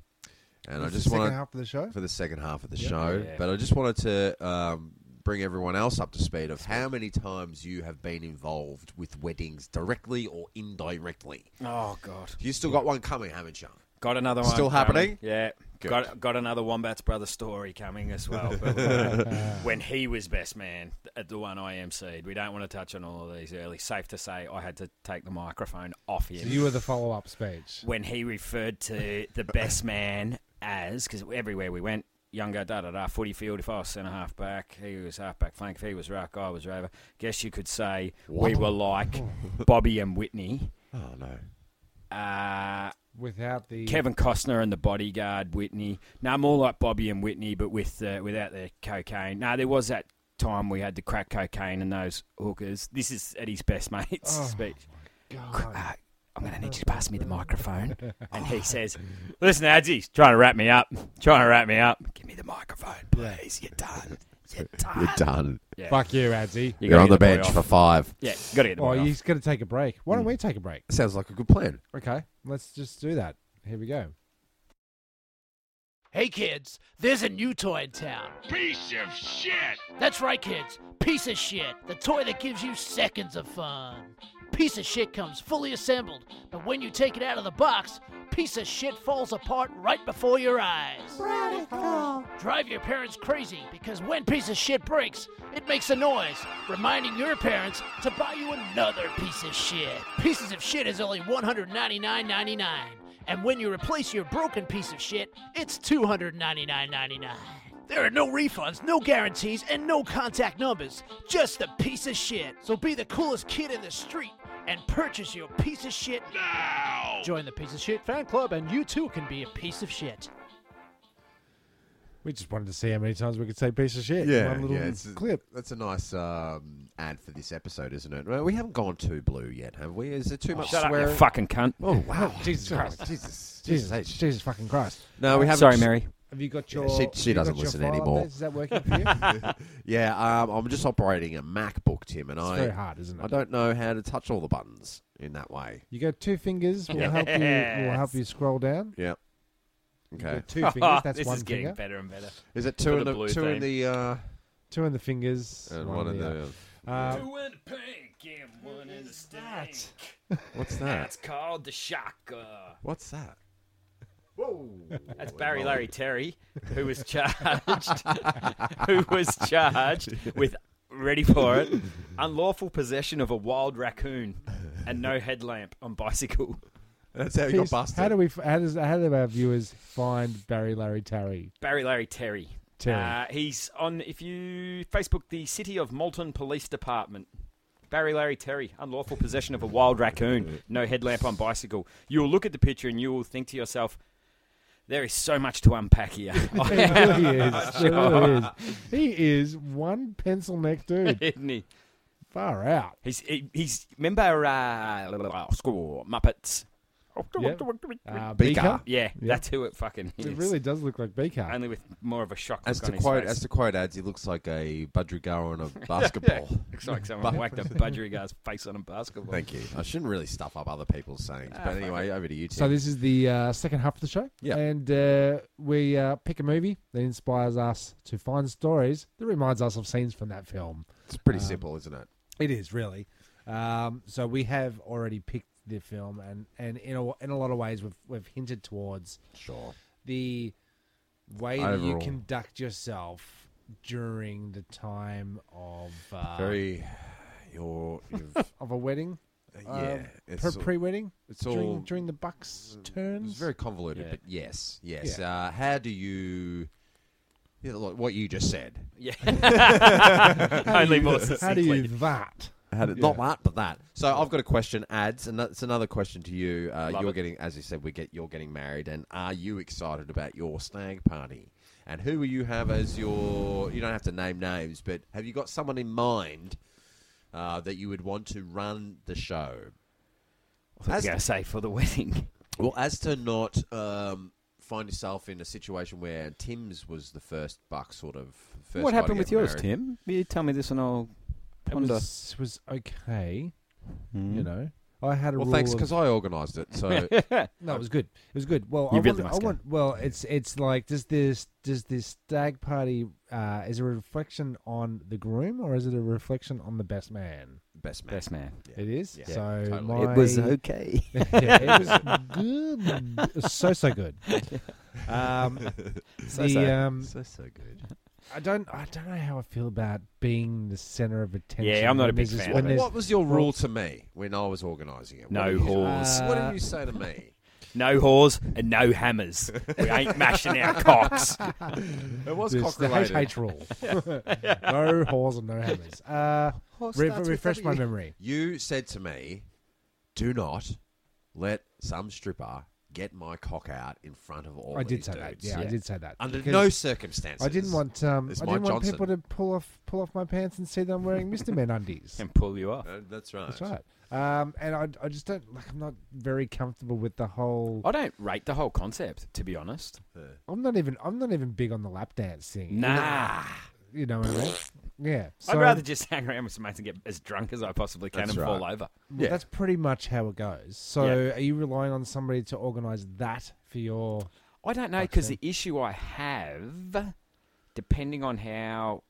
S3: and I
S4: It's the
S3: just want
S4: second
S3: to
S4: half of the show.
S3: for the second half of the
S4: Yeah.
S3: show.
S5: Yeah.
S3: But I just wanted to um, bring everyone else up to speed of how many times you have been involved with weddings directly or indirectly.
S5: Oh god.
S3: You still got one coming, haven't you?
S5: Got another one.
S3: Still happening?
S5: coming. Yeah.
S3: Good.
S5: Got got another Wombat's brother story coming as well. But
S4: *laughs*
S5: uh, when he was best man at the one I emceed, we don't want to touch on all of these early. Safe to say, I had to take the microphone off him
S4: So you were the follow-up speech.
S5: when he referred to the best man as because everywhere we went, younger da da da footy field. If I was centre half back, he was half back flank. If he was ruck, I was rover. Guess you could say we were
S4: *laughs*
S5: like Bobby and Whitney.
S3: Oh no.
S5: Uh,
S4: Without the
S5: Kevin Costner and the Bodyguard, Whitney. No, more like Bobby and Whitney, but with uh, without the cocaine. No, there was that time we had the crack cocaine and those hookers. This is at his best *laughs* mate's
S4: Oh,
S5: speech.
S4: God.
S5: Uh, I'm going to need you to pass me the
S4: *laughs*
S5: microphone. And he says, Listen, Adzie, he's trying to wrap me up. Trying to wrap me up. Give me the microphone, please. You're done.
S4: *laughs*
S5: You're done.
S3: You're done.
S5: Yeah.
S4: Fuck you, Adzi.
S5: You
S3: You're
S5: gotta
S3: on
S5: get
S3: the
S5: boy
S3: bench
S5: off.
S3: for five.
S5: Yeah, got to get the
S4: Oh,
S5: boy off.
S4: he's going to take a break. Why don't
S3: Hmm.
S4: we take a break?
S3: Sounds like a good plan.
S4: Okay, let's just do that. Here we go.
S7: Hey kids, there's a new toy in town. Piece of shit! That's right, kids. Piece of shit. The toy that gives you seconds of fun. piece of shit comes fully assembled, but when you take it out of the box, piece of shit falls apart right before your eyes. Drive your parents crazy because when piece of shit breaks, it makes a noise, reminding your parents to buy you another piece of shit. Pieces of shit is only $199.99, and when you replace your broken piece of shit, it's $299.99. There are no refunds, no guarantees, and no contact numbers. Just a piece of shit. So be the coolest kid in the street and purchase your piece of shit now. Join the piece of shit fan club, and you too can be a piece of shit.
S4: We just wanted to see how many times we could say piece of shit. in
S3: Yeah,
S4: one little
S3: yeah, it's a-
S4: clip.
S3: That's a nice um, ad for this episode, isn't it? Well, we haven't gone too blue yet, have we? Is it too
S4: Oh,
S3: much
S5: Shut
S3: swearing?
S5: up, you fucking cunt.
S3: Oh wow,
S4: *laughs* Jesus Christ.
S3: Jesus,
S4: Jesus,
S3: Jesus,
S4: Jesus,
S3: H.
S4: fucking Christ.
S3: No, we haven't.
S5: Sorry, Mary.
S4: Have you got your?
S3: she-
S4: have
S3: she
S4: you got
S3: doesn't
S4: your
S3: listen
S4: file
S3: anymore.
S4: updates? Is that working
S3: *laughs*
S4: for you? it's
S3: Yeah, um, I'm just operating a MacBook, Tim, and
S4: very
S3: I
S4: hard, isn't
S3: I
S4: it?
S3: don't know how to touch all the buttons in that way.
S4: You got two fingers. Will help you. Will help you scroll down.
S3: Yeah.
S4: You
S3: *laughs* Okay.
S5: *laughs*
S4: got two fingers. That's
S5: this
S4: one
S5: is getting
S4: finger.
S5: better and better.
S3: Is it two
S5: For the
S3: in the,
S5: blue
S3: two in
S5: thing.
S3: the uh,
S4: Two in the fingers.
S3: and one in the
S4: Uh,
S5: Two in the pink and one in the stat.
S3: what's
S5: That's
S4: *laughs*
S3: that?
S5: called the shocker.
S3: What's that?
S5: That's Barry Larry Terry, who was charged, *laughs* who was charged with ready for it, unlawful possession of a wild raccoon and no headlamp on bicycle.
S3: That's how you got
S4: Jeez,
S3: busted.
S4: How do we? f- How does? How do our viewers find Barry,
S3: *laughs*
S4: Larry, Terry?
S5: Barry Larry Terry.
S4: Terry.
S5: Uh, he's on. If you Facebook the City of Moulton Police Department. Barry Larry Terry, unlawful possession of a wild raccoon, no headlamp on bicycle. You will look at the picture and you will think to yourself, there is so much to unpack
S3: *laughs*
S5: here. *laughs*
S3: Oh,
S4: He really is. He really is. He is one pencil neck
S3: *laughs*
S4: dude.
S5: Isn't he?
S4: Far out.
S5: He's he, he's remember uh, school Muppets.
S4: Yep. Uh,
S3: Beaker.
S5: Yeah, that's who it fucking is.
S4: It really does look like Beaker.
S5: Only with more of a shock
S3: As
S5: look
S3: to
S5: on his
S3: quote,
S5: face. *laughs*
S3: as to quote ads, he looks like a budrigar on a basketball.
S5: Looks
S3: *laughs*
S5: like someone whacked a budgerigar's face on a basketball.
S3: Thank you. I shouldn't really stuff up other people's sayings,
S5: Ah,
S3: but anyway, over to you. Tim.
S4: So this is the uh, second half of the show,
S3: Yeah.
S4: and uh, we uh, pick a movie that inspires us to find stories that reminds us of scenes from that film.
S3: it's
S4: um,
S3: pretty simple, isn't it?
S4: It is really. Um, so we have already picked the film, and and in a, in a lot of ways we've we've hinted towards
S3: Sure.
S4: the way that you
S3: Overall.
S4: conduct yourself during the time of uh,
S5: Um,
S3: Very. Your.
S4: *laughs*
S3: you've-
S4: of a wedding,
S3: yeah. It's all-
S4: Um, pre wedding.
S3: it's
S4: during,
S3: all-
S4: during the Bucks
S3: It's
S4: turns.
S3: very convoluted,
S5: Yeah.
S3: but yes, yes. Uh, how do you? you know, like what you just said.
S5: *laughs* Yeah. Only more
S4: How do
S5: succinctly.
S4: you that?
S3: How did, Not that, but that. So I've got a question, ads, and that's another question to you. Uh,
S5: Love
S3: you're
S5: it.
S3: getting, as you said, we get you're getting married, and are you excited about your stag party? And who will you have as your? You don't have to name names, but have you got someone in mind uh, that you would want to run the show?
S5: I was going to say for the wedding.
S3: Well, as to not um, find yourself in a situation where Tim's was the first buck, sort of. First guy
S5: what
S3: to
S5: happened
S3: get
S5: with yours,
S3: married.
S5: Tim? You tell me this and I'll
S4: It
S5: ponder.
S4: was, was okay,
S5: Hmm.
S4: you know. I had a
S3: Well,
S4: rule
S3: thanks,
S4: of-
S3: because I organised it.
S5: *laughs*
S3: So
S4: No, it was good. It was good. Well,
S5: You
S4: I,
S5: really
S4: want,
S5: must
S4: I
S5: go.
S4: want. Well, it's it's like does this does this stag party uh, is a reflection on the groom or is it a reflection on the best man?
S3: best man.
S5: Best man.
S4: It is.
S3: Yeah,
S4: so
S3: totally.
S4: my,
S5: okay.
S4: yeah, *laughs* it was good. It was so so
S5: *laughs*
S4: good. Um, the, um,
S3: So so good.
S4: I don't I don't know how I feel about being the center of attention.
S5: Yeah, I'm not a
S4: when
S5: big
S4: there's this-
S5: fan
S4: when
S5: of it.
S4: there's-
S3: What was your rule to me when I was organising it?
S5: No
S3: What did you-
S5: whores.
S3: what did you say to
S4: *laughs*
S3: me?
S5: Uh, No whores and no hammers. We ain't
S3: *laughs*
S5: mashing our cocks.
S3: It was
S4: This-
S3: cock
S4: the
S3: related.
S4: HH rule. *laughs* no whores and no hammers. Uh, re- refresh my memory.
S3: You said to me, "Do not let some stripper get my cock out in front of all."
S4: I did
S3: these
S4: say that.
S3: dudes."
S4: Yeah, I
S5: Yeah.
S4: did say that.
S3: Under
S4: Because
S3: no circumstances.
S4: I didn't want um,
S3: It's
S4: I didn't
S3: Mike
S4: want people to
S3: Johnson.
S4: pull off pull off my pants and see that I'm wearing Mr. Men undies.
S5: And pull you off.
S3: Uh, that's right.
S4: That's right. Um, and I, I just don't like. I'm not very comfortable with the whole.
S5: I don't rate the whole concept, to be honest.
S4: I'm not even. I'm not even big on the lap dance thing.
S5: Nah.
S4: You know what I mean? Yeah. So,
S5: I'd rather just hang around with some mates and get as drunk as I possibly can
S3: That's
S5: and fall
S3: right.
S5: over.
S4: well, That's pretty much how it goes. So,
S5: Yeah.
S4: are you relying on somebody to organise that for your?
S5: I don't know because the issue I have, depending on how,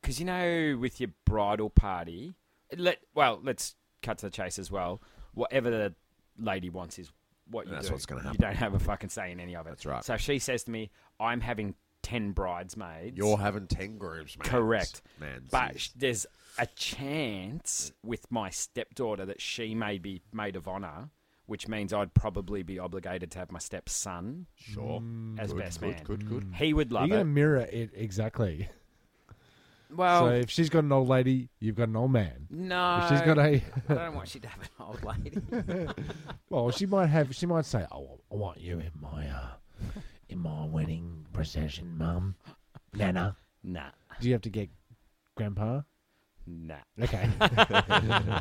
S5: because you know, with your bridal party, let well, let's cut to the chase as well. Whatever the lady wants is what you
S3: That's
S5: do.
S3: what's gonna happen.
S5: You don't have a fucking say in any of it.
S3: That's right.
S5: So she says to me, "I'm having ten bridesmaids."
S3: You're having 10 groups, man.
S5: Correct.
S3: Man,
S5: But
S3: jeez.
S5: sh- there's a chance with my stepdaughter that she may be maid of honor, which means I'd probably be obligated to have my stepson
S3: sure.
S4: Mm,
S5: as
S3: good,
S5: best
S3: good,
S5: man.
S3: Good, good.
S5: He would
S4: You're
S5: love
S4: going to
S5: it.
S4: mirror it exactly.
S5: Well,
S4: so if she's got an old lady, you've got an old man.
S5: no.
S4: If she's got a
S5: I don't want you to have an old lady.
S4: *laughs*
S3: *laughs*
S4: well, she might have. She might say, "Oh, I want you in my uh, in my wedding procession, Mum, Nana."
S5: nah,
S4: Do you have to get Grandpa?
S5: nah.
S4: Okay. *laughs*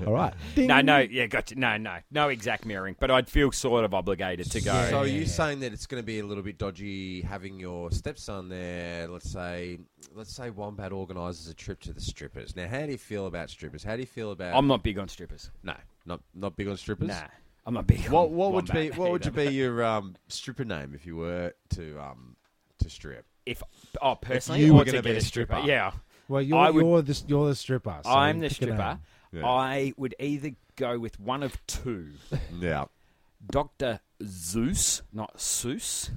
S4: All right.
S5: No, no, yeah, gotcha. No, no, no exact mirroring, but I'd feel sort of obligated to go.
S3: So are you saying that it's going to be a little bit dodgy having your stepson there? Let's say, let's say Wombat organises a trip to the strippers. Now, how do you feel about strippers? How do you feel about?
S5: I'm not big on strippers.
S3: no, not not big on strippers.
S5: Nah, I'm not big.
S3: What
S5: on
S3: what would be
S5: wombat
S3: what would you
S5: either. *laughs*
S3: be your um, stripper name if you were to um to strip?
S5: if? Oh, personally,
S3: you
S5: or
S3: were
S5: to
S3: gonna be
S5: get
S3: a
S5: a stripper.
S3: stripper.
S5: Yeah,
S4: Well, you're,
S5: I would-
S4: you're the you're the stripper. so
S5: I'm the
S4: pick a name.
S5: stripper.
S3: Yeah.
S5: I would either go with one of two:
S3: Yeah.
S5: Doctor Zeus, not Seuss,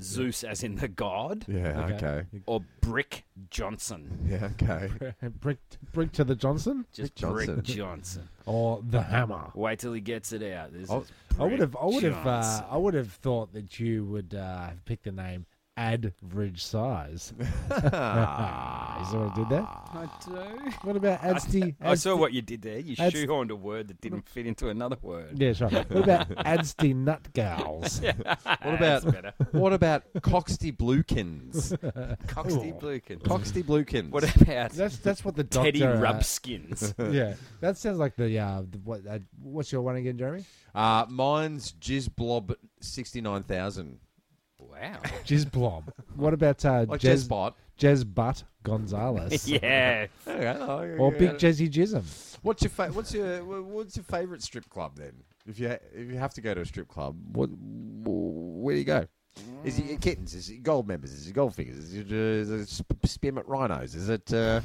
S5: Zeus as in the god,
S3: Yeah.
S4: Okay.
S5: or Brick Johnson. *laughs*
S3: Yeah. Okay.
S4: *laughs* Brick, brick to the Johnson
S5: Just
S3: Brick
S5: Brick
S3: Johnson.
S5: Johnson.
S4: or the hammer.
S5: Wait till he gets it out. This
S3: Oh,
S5: is
S4: I would have. I would
S5: Brick
S4: have. Uh,
S5: Johnson.
S4: I would have thought that you would uh, have picked the name average size. you see what I did there?
S5: I do.
S4: What about Adsty?
S5: I saw what you did there. You
S4: That's-
S5: shoehorned a word that didn't fit into another word.
S4: Yeah, sure.
S5: *laughs*
S4: What about Adsty Nutgals?
S3: *laughs* What
S5: That's
S3: about
S5: better.
S3: what about Coxty Bluekins?
S5: *laughs* Coxty Blukin.
S3: Coxty Bluekins.
S4: *laughs*
S5: What about
S4: That's that's what the doctor.
S5: Teddy
S4: uh,
S5: Rubskins?
S4: *laughs* yeah, that sounds like the uh, the- what? Uh, what's your one again, Jeremy?
S3: Uh, mine's Jizz Blob sixty nine thousand.
S5: wow.
S4: Jizz Blob. *laughs* What about uh,
S3: Like
S4: Jez,
S3: Jez Bot.
S4: Jez Butt Gonzalez?
S5: *laughs*
S4: *laughs*
S5: yeah.
S3: Oh,
S4: Or Big
S5: *laughs*
S4: Jezzy Jism.
S3: What's your fa- what's your wha- what's your favorite strip club then? If you ha- if you have to go to a strip club, what wh- where do you go? Is it kittens? Is it gold members? Is it gold figures? Is it, uh, is it sp- spearmint rhinos? Is it? Uh...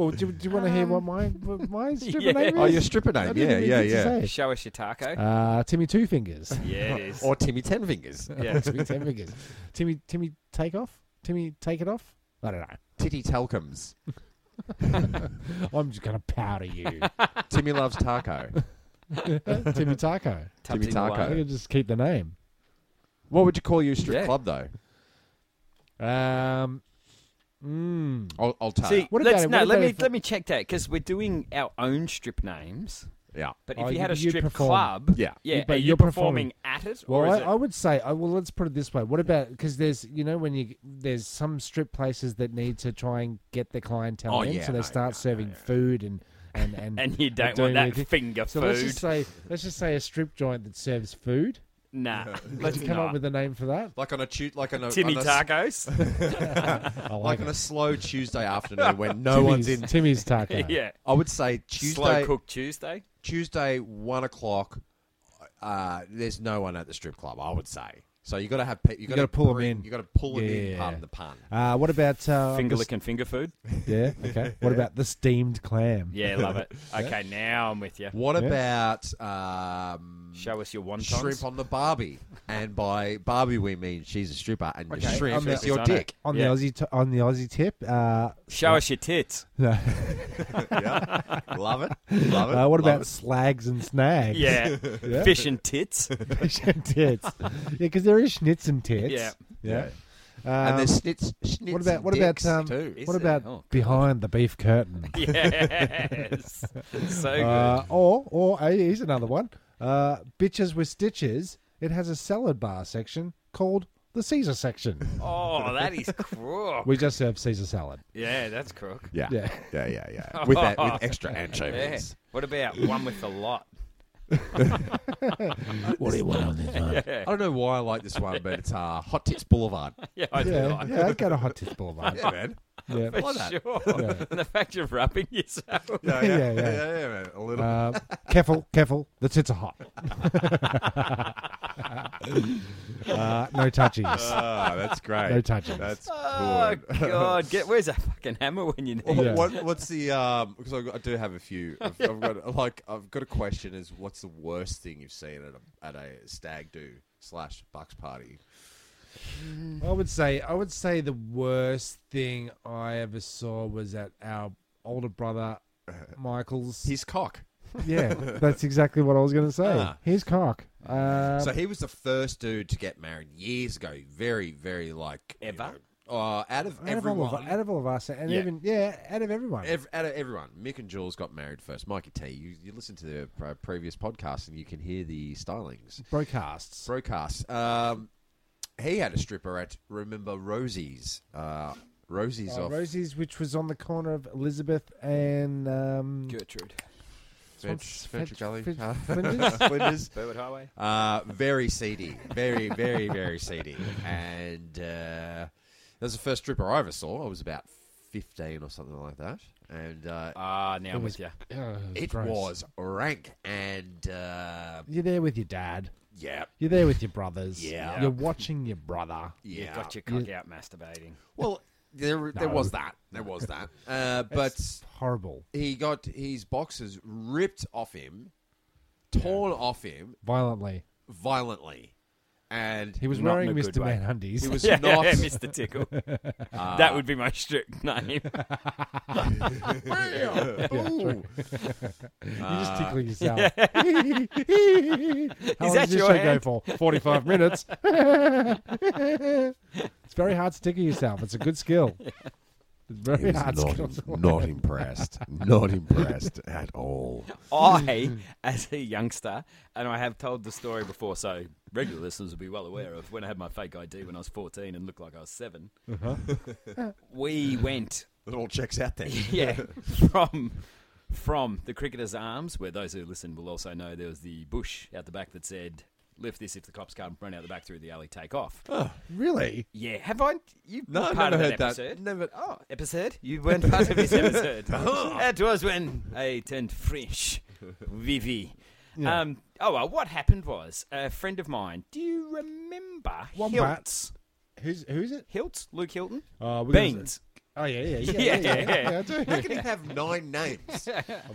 S4: well, do, do you want to hear what my what
S5: *laughs*
S4: my stripper
S5: yeah.
S4: name is?
S3: oh, your stripper
S4: I
S3: name?
S4: didn't
S3: Yeah,
S4: even
S3: yeah,
S4: get to
S3: yeah.
S4: say it.
S5: Show us your taco.
S4: Uh, Timmy
S5: *laughs*
S4: Two Fingers. *laughs*
S5: yeah, it is.
S3: Or Timmy Ten Fingers,
S5: yeah.
S4: Timmy Two Fingers. Timmy Timmy Take Off. Timmy Take It Off. I don't know.
S3: Titty Talcums,
S4: I'm just gonna
S5: *laughs*
S4: powder you,
S3: Timmy Loves Taco.
S4: Timmy Taco.
S5: Tubbs
S3: Timmy
S5: in the
S3: Taco.
S4: I
S5: wine.
S4: think I'll just keep the name.
S3: What would you call your strip
S5: Yeah.
S3: club though?
S4: Um, mm,
S3: I'll, I'll tell
S5: See,
S3: you.
S4: What
S5: let's,
S4: about it?
S5: no,
S4: What
S5: let
S4: about
S5: me
S4: if-
S5: let me check that because we're doing our own strip names.
S3: Yeah.
S5: But if
S4: Oh,
S5: you
S4: you-
S5: had a
S4: you'd
S5: strip
S4: perform.
S5: club,
S3: Yeah.
S5: yeah,
S4: You- but
S5: are you
S4: you're
S5: performing at
S4: performing.
S5: it? Or
S4: well, I,
S5: is it,
S4: I would say, I, well, let's put it this way. What about because there's, you know, when you there's some strip places that need to try and get the clientele
S3: Oh,
S4: in,
S3: yeah,
S4: so they
S3: no,
S4: start serving food and
S5: *laughs*
S4: and and,
S5: and you don't want
S4: doing
S5: that
S4: anything.
S5: finger
S4: So
S5: food?
S4: let's just say, let's just say a strip joint that serves food.
S5: nah, let's
S4: Come
S5: not.
S4: up with a name
S5: *laughs*
S4: for that.
S3: Like on a tu- like on a
S5: Timmy
S3: on a s-
S5: tacos. *laughs*
S4: I
S3: like
S4: like
S3: on
S4: it.
S3: a slow Tuesday afternoon when
S4: *laughs*
S3: no
S4: Timmy's,
S3: one's
S5: *laughs*
S3: in.
S4: Timmy's taco.
S5: yeah,
S3: I would say
S5: slow
S3: Tuesday,
S5: cook Tuesday.
S3: Tuesday one o'clock. Uh, there's no one at the strip club. I would say so. You got to have pe- you got
S4: gotta
S3: to
S4: pull 'em in.
S3: You got to pull them in.
S4: Yeah.
S3: Pardon the pun.
S4: Uh, what about uh,
S5: Finger
S4: the-
S5: lick and finger food.
S4: Yeah.
S5: *laughs*
S4: Okay. What about the steamed clam?
S5: Yeah, love it. Okay, now I'm with you.
S3: What
S4: Yeah.
S3: about um,
S5: Show us your wontons.
S3: shrimp on the Barbie? and by Barbie we mean she's a stripper, and your
S4: Okay,
S3: shrimp
S4: I'm
S3: is
S4: the-
S3: your
S5: Is on it.
S3: dick.
S4: On
S5: Yeah.
S4: the Aussie, t- on the Aussie tip. Uh,
S5: Show us your tits.
S4: no.
S3: *laughs*
S4: *laughs*
S3: Love it, love it.
S4: Uh, what
S3: love
S4: about
S3: it.
S4: slags and snags?
S5: Yeah.
S4: *laughs* Yeah.
S5: *laughs* Fish and tits.
S4: Fish and tits. yeah, because there is schnitz and tits.
S5: Yeah.
S4: Yeah. Um,
S3: And there's snits, schnitz
S4: what about
S3: and
S4: what about
S3: dicks,
S4: um,
S3: too.
S5: Is
S4: what
S5: there?
S4: about
S5: Oh, God.
S4: behind the beef curtain?
S5: Yes. so good.
S4: Uh, or or uh, here's another one. Uh, bitches with stitches. It has a salad bar section called the Caesar section.
S5: *laughs* oh, that is crook.
S4: We just serve Caesar salad.
S5: yeah, that's crook.
S3: Yeah.
S4: Yeah.
S3: Yeah, yeah,
S5: *laughs*
S3: yeah. With that with extra
S5: Yeah.
S3: anchovies.
S5: What about one with a lot? *laughs*
S7: What do you want on this one?
S3: I don't know why I like this one, but it's uh, Hot Tits Boulevard.
S5: Yeah, I do
S4: Yeah,
S5: like
S4: yeah. I'd go to Hot Tits Boulevard.
S3: *laughs* Yeah, man.
S4: Yeah.
S5: for sure. And *laughs* the fact you're rubbing yourself.
S3: *laughs* Yeah, yeah,
S4: Yeah,
S3: Uh, yeah,
S4: yeah.
S3: yeah, man. A little.
S4: *laughs* Uh, careful, careful. The tits are hot. Uh, no touchies.
S3: Ah, *laughs* that's great.
S4: No touches.
S3: That's good.
S5: Oh God! Get where's a fucking hammer when you need?
S3: Well,
S5: it?
S4: Yeah.
S3: What, what's the um? Because I've got- I do have a few. *laughs* I've, I've got like I've got a question: Is what's the worst thing you've seen at a, at a stag do slash bucks party?
S4: I would say I would say the worst thing I ever saw was at our older brother Michael's.
S3: Uh, His cock. *laughs*
S4: yeah, that's exactly what I was going to say.
S3: Ah.
S4: His cock. Um,
S3: so he was the first dude to get married years ago. Very, very like you
S5: Ever?
S3: know, uh, out of
S4: out, of all
S3: everyone,
S4: of, out of all of us, and
S3: Yeah.
S4: even yeah, out of everyone.
S3: Ev- out of everyone, Mick and Jules got married first. Mikey T, you, you listen to the uh, previous podcast and you can hear the stylings.
S4: broadcasts.
S3: Broadcast. Um, he had a stripper at, remember, Rosie's. Uh, Rosie's
S4: Uh,
S3: off.
S4: Rosie's, which was on the corner of Elizabeth and um,
S5: Gertrude,
S3: Fetch,
S4: Fetch-
S3: Fetch, Gully. *laughs*
S4: Fetch-
S3: Uh,
S4: Flinders?
S3: Flinders.
S5: Burwood Highway.
S3: Uh, very seedy. Very, very, very seedy. And uh, that was the first stripper I ever saw. I was about 15 or something like that. And uh,
S5: Ah, now I'm
S4: Oh,
S5: with
S4: was-
S5: you.
S4: Yeah,
S3: it
S4: gross.
S3: was rank. And uh,
S4: You're there with your dad.
S3: yeah.
S4: You're there with your brothers.
S3: Yeah.
S4: You're watching your brother.
S3: Yeah.
S5: You got your cock out masturbating.
S3: Well, there, there
S4: No.
S3: was that. There was that. Uh, but
S4: It's horrible.
S3: he got his boxes ripped off him, torn off him
S4: Violently.
S3: violently. And
S4: He was
S5: Not
S4: wearing
S5: in a good
S4: Mr.
S5: way.
S4: Man undies.
S3: he was
S5: *laughs* *laughs* Yeah, Uh,
S3: not.
S5: yeah,
S3: *laughs*
S5: Mr. Tickle. that would be my *laughs* strict name.
S3: Ooh.
S4: *laughs* You're
S5: Ah.
S4: just tickling yourself. *laughs*
S5: *laughs*
S4: How long
S5: that
S4: does this
S5: your
S4: show
S5: hand?
S4: go for? 45
S5: *laughs*
S4: minutes. *laughs* it's very hard to tickle yourself. It's a
S5: *laughs*
S4: good skill. It's
S6: He
S4: very hard
S6: was
S4: skill.
S6: not, not impressed. Not
S3: *laughs*
S6: impressed at all.
S5: I, as a youngster, and I have told the story before, so regular listeners will be well aware of when I had my fake ID when I was 14 and looked like I was 7
S3: Uh-huh.
S5: *laughs* we
S3: *laughs*
S5: went,
S3: It all checks out then.
S5: yeah, from from the Cricketers Arms, where those who listen will also know there was the bush out the back that said, "Lift this if the cops come, run out the back through the alley, take off."
S4: Really?
S5: Yeah, have I? You
S3: No,
S5: were
S3: I've
S5: part
S3: never
S5: of
S3: heard that.
S5: episode?
S3: Never. Oh,
S5: episode.
S4: *laughs*
S5: You weren't part of this episode.
S4: Oh.
S5: that was when I turned
S4: *laughs*
S5: French. Vivi. Um, oh, well, what happened was a friend of mine, do you remember
S4: Wombat.
S5: Hiltz?
S4: Who's who's it?
S5: Hiltz? Luke Hilton?
S4: Uh, we're gonna-
S5: Beans.
S4: Oh, yeah,
S5: *laughs*
S4: yeah, yeah.
S5: Yeah,
S4: yeah, yeah,
S5: yeah, yeah.
S4: yeah, I do.
S3: How can he have nine names?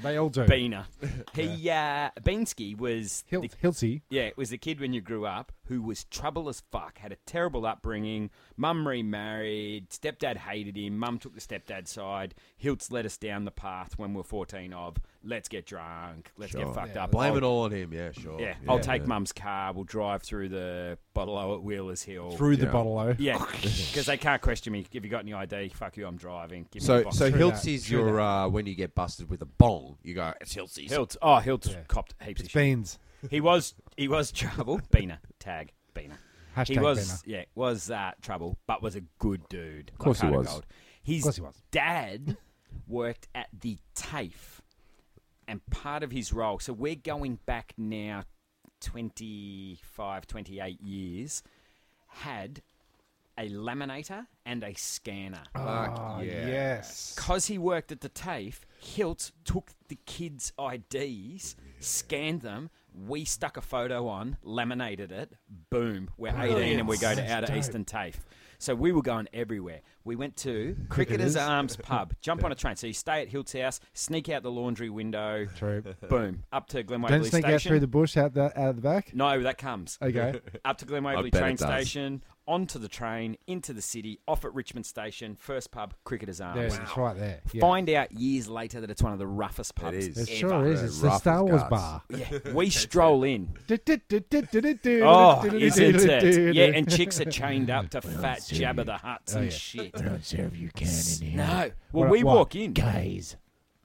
S4: They
S5: *laughs*
S4: all do.
S5: Beaner.
S4: *laughs*
S5: He, uh, Beansky was.
S4: Hilt,
S5: the-
S4: Hilty.
S5: yeah, it was the kid when you grew up who was trouble as fuck, had a terrible upbringing. Mum remarried, stepdad hated him, mum took the stepdad's side. Hiltz led us down the path when we were 14 of let's get drunk, let's get fucked up.
S3: Blame
S5: I'll-
S3: it all on him. Yeah, sure.
S5: Yeah, I'll take mum's car. We'll drive through the bottle O at Wheelers Hill.
S4: Through the
S3: Yeah.
S4: bottle, though.
S5: Yeah, because they can't question me. If you got any ID, fuck you. I'm driving. Give me the
S3: So,
S5: box.
S3: so
S4: True
S3: Hiltz
S4: that,
S3: is
S4: true
S3: your uh, when you get busted with a bong, you go it's Hiltzy's.
S5: Hilt. Oh, Hilt
S4: Yeah.
S5: copped heaps
S4: It's
S5: of shit.
S4: beans.
S5: He was he was *laughs* trouble. Beaner tag Beaner.
S4: Hashtag
S5: He was
S4: Beaner.
S5: yeah was uh, trouble, but was a good dude. Of
S6: course he was.
S5: His
S4: course he was.
S5: dad worked at the TAFE, and part of his role. So we're going back now 25, 28 years. Had a laminator and a scanner.
S4: Ah, yes.
S5: Because he worked at the TAFE, Hilt took the kids' IDs, scanned them, we stuck a photo on, laminated it, boom, we're 18 and we go to
S4: That's
S5: Outer
S4: dope.
S5: Eastern TAFE. So we were going everywhere. We went to Cricketers Arms
S4: *laughs*
S5: Pub, jump on a train. So you stay at Hilt's house, sneak out the laundry window,
S4: True.
S5: boom, up to Glen
S4: Don't
S5: Waverley
S4: sneak
S5: Station. Oh,
S4: out through the bush out the, out of
S5: *laughs*
S4: the back.
S5: No, that comes
S4: Okay.
S5: up to Glen Waverley
S3: bet
S5: train
S3: it does.
S5: station, onto the train, into the city, off at Richmond Station, first pub, Cricketers Arms.
S4: There it is. It's right there. Yeah.
S5: Find out years later that it's one of the roughest pubs.
S3: is.
S4: It
S5: ever.
S4: sure is. It's the
S3: rough
S4: Star
S3: as
S4: Wars
S3: guts.
S4: bar. *laughs*
S5: *laughs* Yeah, we stroll in.
S4: Oh,
S5: Oh, isn't it? Yeah, and chicks are chained up to fat Jabba the Huts and
S4: Oh, yeah.
S5: shit.
S8: Don't serve you can in here.
S5: No, well
S4: What-
S5: we
S4: what?
S5: walk in.
S8: Guys.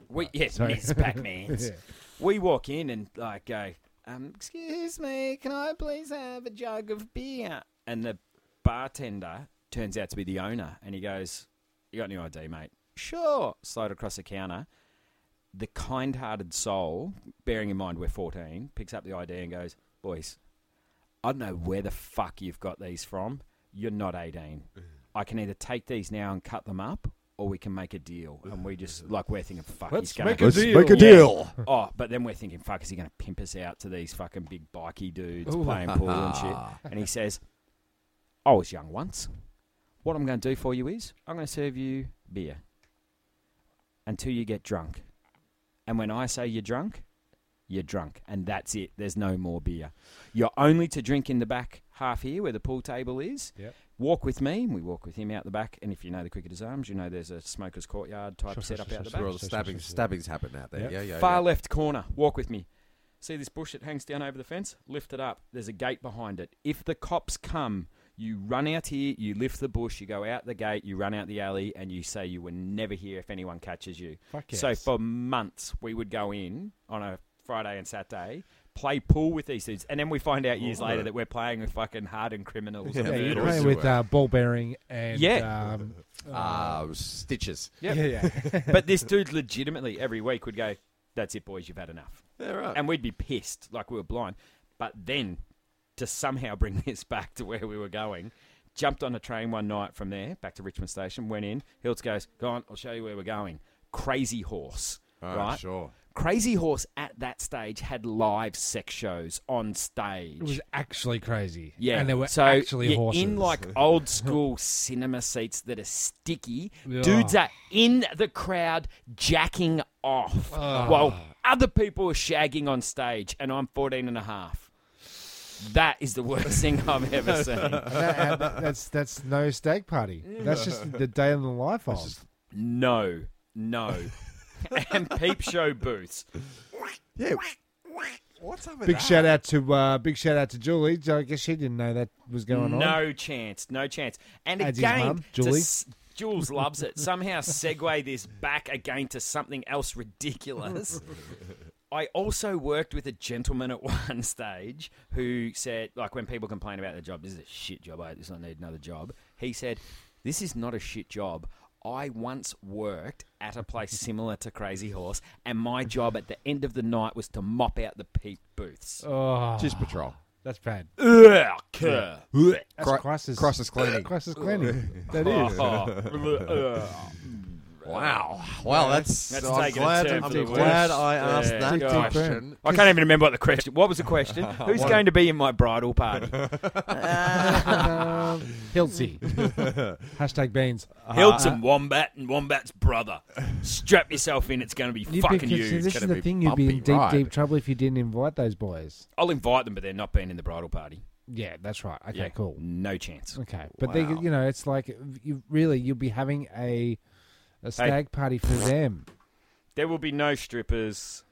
S5: We yes,
S4: Sorry.
S5: Miss Pac-Man's.
S4: *laughs* Yeah.
S5: We walk in and like go. Um, excuse me, can I please have a jug of beer? And the bartender turns out to be the owner, and he goes, "You got any ID, mate?" Sure. Slide across the counter. The kind-hearted soul, bearing in mind we're fourteen, picks up the ID and goes, "Boys, I don't know where the fuck you've got these from. You're not eighteen. I can either take these now and cut them up, or we can make a deal. And we just like we're thinking, fuck,
S4: Let's
S5: he's gonna
S4: make a Let's deal. make
S5: Yeah.
S4: a
S3: deal.
S5: *laughs* Oh, but then we're thinking, fuck, is he gonna pimp us out to these fucking big bikey dudes playing pool and
S4: *laughs*
S5: shit? And he says, I was young once. What I'm gonna do for you is I'm gonna serve you beer until you get drunk. And when I say you're drunk, you're drunk, and that's it. There's no more beer. You're only to drink in the back half here where the pool table is.
S4: Yep.
S5: Walk with me, and we walk with him out the back. And if you know the Cricketers Arms, you know there's a smoker's courtyard type
S4: Sure, sure,
S5: setup
S4: sure,
S5: out the
S4: sure,
S5: back.
S3: Where all the
S4: Sure, sure,
S3: stabbings,
S4: sure, sure.
S3: stabbings happen out there.
S4: Yep.
S3: Yeah, yeah.
S5: Far
S3: yeah.
S5: left corner, walk with me. See this bush that hangs down over the fence? Lift it up. There's a gate behind it. If the cops come, you run out here, you lift the bush, you go out the gate, you run out the alley, and you say you were never here if anyone catches you.
S4: Fuck
S5: So
S4: yes.
S5: for months, we would go in on a Friday and Saturday, play pool with these dudes, and then we find out years later that we're playing with fucking hardened criminals.
S3: Yeah,
S5: and
S4: Oh. Yeah,
S3: of
S4: you're
S5: murderers.
S3: course
S4: playing
S3: you
S4: with
S3: were.
S4: uh, ball bearing and
S5: Yeah.
S4: um,
S3: Ah, stitches.
S5: Yep.
S4: yeah, yeah.
S5: but this dude legitimately every week would go, "That's it, boys, you've had enough."
S3: Yeah, right.
S5: and we'd be pissed like we were blind. But then to somehow bring *laughs* this back to where we were going, jumped on a train one night from there back to Richmond Station, went in. Hiltz goes, Go on, I'll show you where we're going. Crazy Horse.
S3: Oh,
S5: right?
S3: sure.
S5: Crazy Horse at that stage had live sex shows on stage.
S4: It was actually crazy.
S5: Yeah,
S4: and there were
S5: so
S4: actually
S5: you're
S4: horses
S5: in like old school cinema seats that are sticky.
S4: Yeah.
S5: Dudes are in the crowd jacking off
S4: Ah.
S5: while other people are shagging on stage, and I'm 14 and a half. That is the worst thing I've ever
S4: *laughs*
S5: seen.
S4: *laughs* That- uh, that- that's that's no stag party. That's just the day in the life of.
S5: No, no. and peep show booths.
S3: Yeah. What's up with
S4: Big
S3: that?
S4: shout out to uh, big shout out to Julie. I guess she didn't know that was going on.
S5: No chance. No chance. And
S4: As his
S5: again,
S4: mum,
S5: to
S4: Julie.
S5: s- Jules loves it. Somehow segue this back again to something else
S4: *laughs*
S5: ridiculous. I also worked with a gentleman at one stage who said, like, when people complain about their job, this is a shit job. I, this, I need another job. He said, This is not a shit job. I once worked at a
S4: *laughs*
S5: place similar to Crazy Horse, and my job at the end of the night was to mop out the peep booths.
S4: Oh,
S3: Just patrol.
S4: that's bad.
S5: *laughs* Ugh.
S4: That's crisis.
S3: Crisis cleaning.
S4: Crisis cleaning. that
S5: *laughs*
S4: is. *laughs*
S5: Oh.
S3: Wow. Well, that's.
S5: That's
S3: I'm
S5: taking a
S3: glad,
S5: turn
S3: I'm
S5: for the worse.
S3: glad I asked
S5: Yeah,
S3: that
S5: gosh.
S3: question.
S5: I can't even remember what the question. What was the *laughs* question? Who's going to be in my bridal *laughs* party?
S4: Um, Hiltzy. Hashtag beans.
S5: Hiltz and Wombat and Wombat's brother. Strap yourself in. It's going to be fucking
S4: because
S5: huge.
S4: This is
S3: gonna
S4: the
S3: be
S4: thing. You'd be in
S3: bumpy
S4: deep,
S3: ride.
S4: deep trouble if you didn't invite those boys.
S5: I'll invite them, but they're not being in the bridal party.
S4: Yeah, that's right. Okay,
S5: Yeah,
S4: cool.
S5: No chance.
S4: Okay, but they, you know, it's like you really you'll be having a a stag party for them.
S5: There will be no strippers.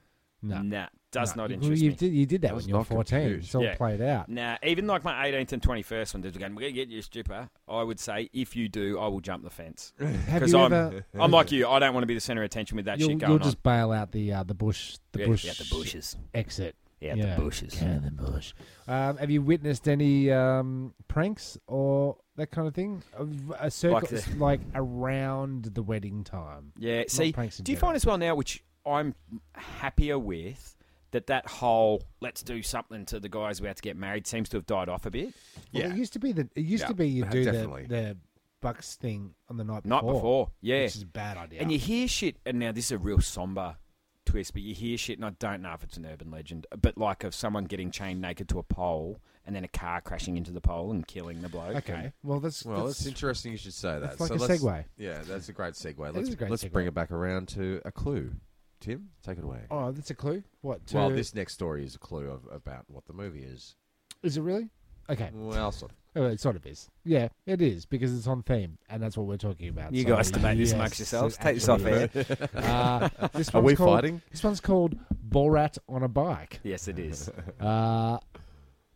S4: No,
S5: Nah, does
S4: no.
S5: not
S4: You-
S5: interest
S4: you
S5: me.
S4: Did, you did that when you were
S3: not
S4: fourteen.
S3: confused.
S4: It's all
S5: Yeah. *laughs*
S4: played out.
S5: Nah, even like my 18th and 21st one, dudes are going, we're going to get you a stripper. I would say, if you do, I will jump the fence.
S4: Have
S5: Because
S4: you
S5: I'm,
S4: ever?
S5: *laughs* I'm like you. I don't want to be the centre of attention with that
S4: You'll,
S5: shit going
S4: you'll just bail out the uh, the bush the
S5: on.
S4: bush
S5: yeah, the bushes.
S4: exit.
S5: Yeah,
S4: Yeah.
S5: the bushes.
S8: Down the bush.
S4: Um, have you witnessed any um, pranks or that kind of thing? Of A circle
S5: the-
S4: like around the wedding time.
S5: Yeah. See,
S4: pranks in
S5: do you
S4: general.
S5: find as well now, which I'm happier with, that that whole let's do something to the guys about to get married seems to have died off a bit.
S4: Well,
S3: Yeah.
S4: it used to be that it used
S3: Yeah,
S4: to be you do the,
S3: definitely.
S4: the bucks thing on the night before.
S5: Not before, yeah.
S4: which is a bad idea.
S5: And you hear shit, and now this is a real somber twist, but you hear shit, and I don't know if it's an urban legend, but like of someone getting chained naked to a pole and then a car crashing into the pole and killing the bloke.
S4: okay, well that's
S3: Well,
S4: that's
S3: it's interesting you should say that.
S4: that's like
S3: so
S4: a
S3: let's-
S4: segue.
S3: Yeah, that's a great segue. Let's,
S4: is a great
S3: let's
S4: segue.
S3: bring it back around to a clue. Tim, take it away.
S4: Oh, that's a clue. What? To,
S3: well, this next story is a clue of, about what the movie is.
S4: is it really? Okay,
S3: Well, sort of.
S4: oh, it sort of is. Yeah, it is because it's on theme, and that's what we're talking about.
S5: You
S4: so,
S5: guys debate this
S4: yes,
S5: amongst yourselves.
S4: it
S5: Take this off
S4: actually
S5: air.
S4: is. Uh, this
S3: *laughs* Are
S4: one's
S3: we
S4: called,
S3: fighting?
S4: This one's called Borat on a bike.
S5: Yes, it
S4: *laughs*
S5: is.
S4: Uh,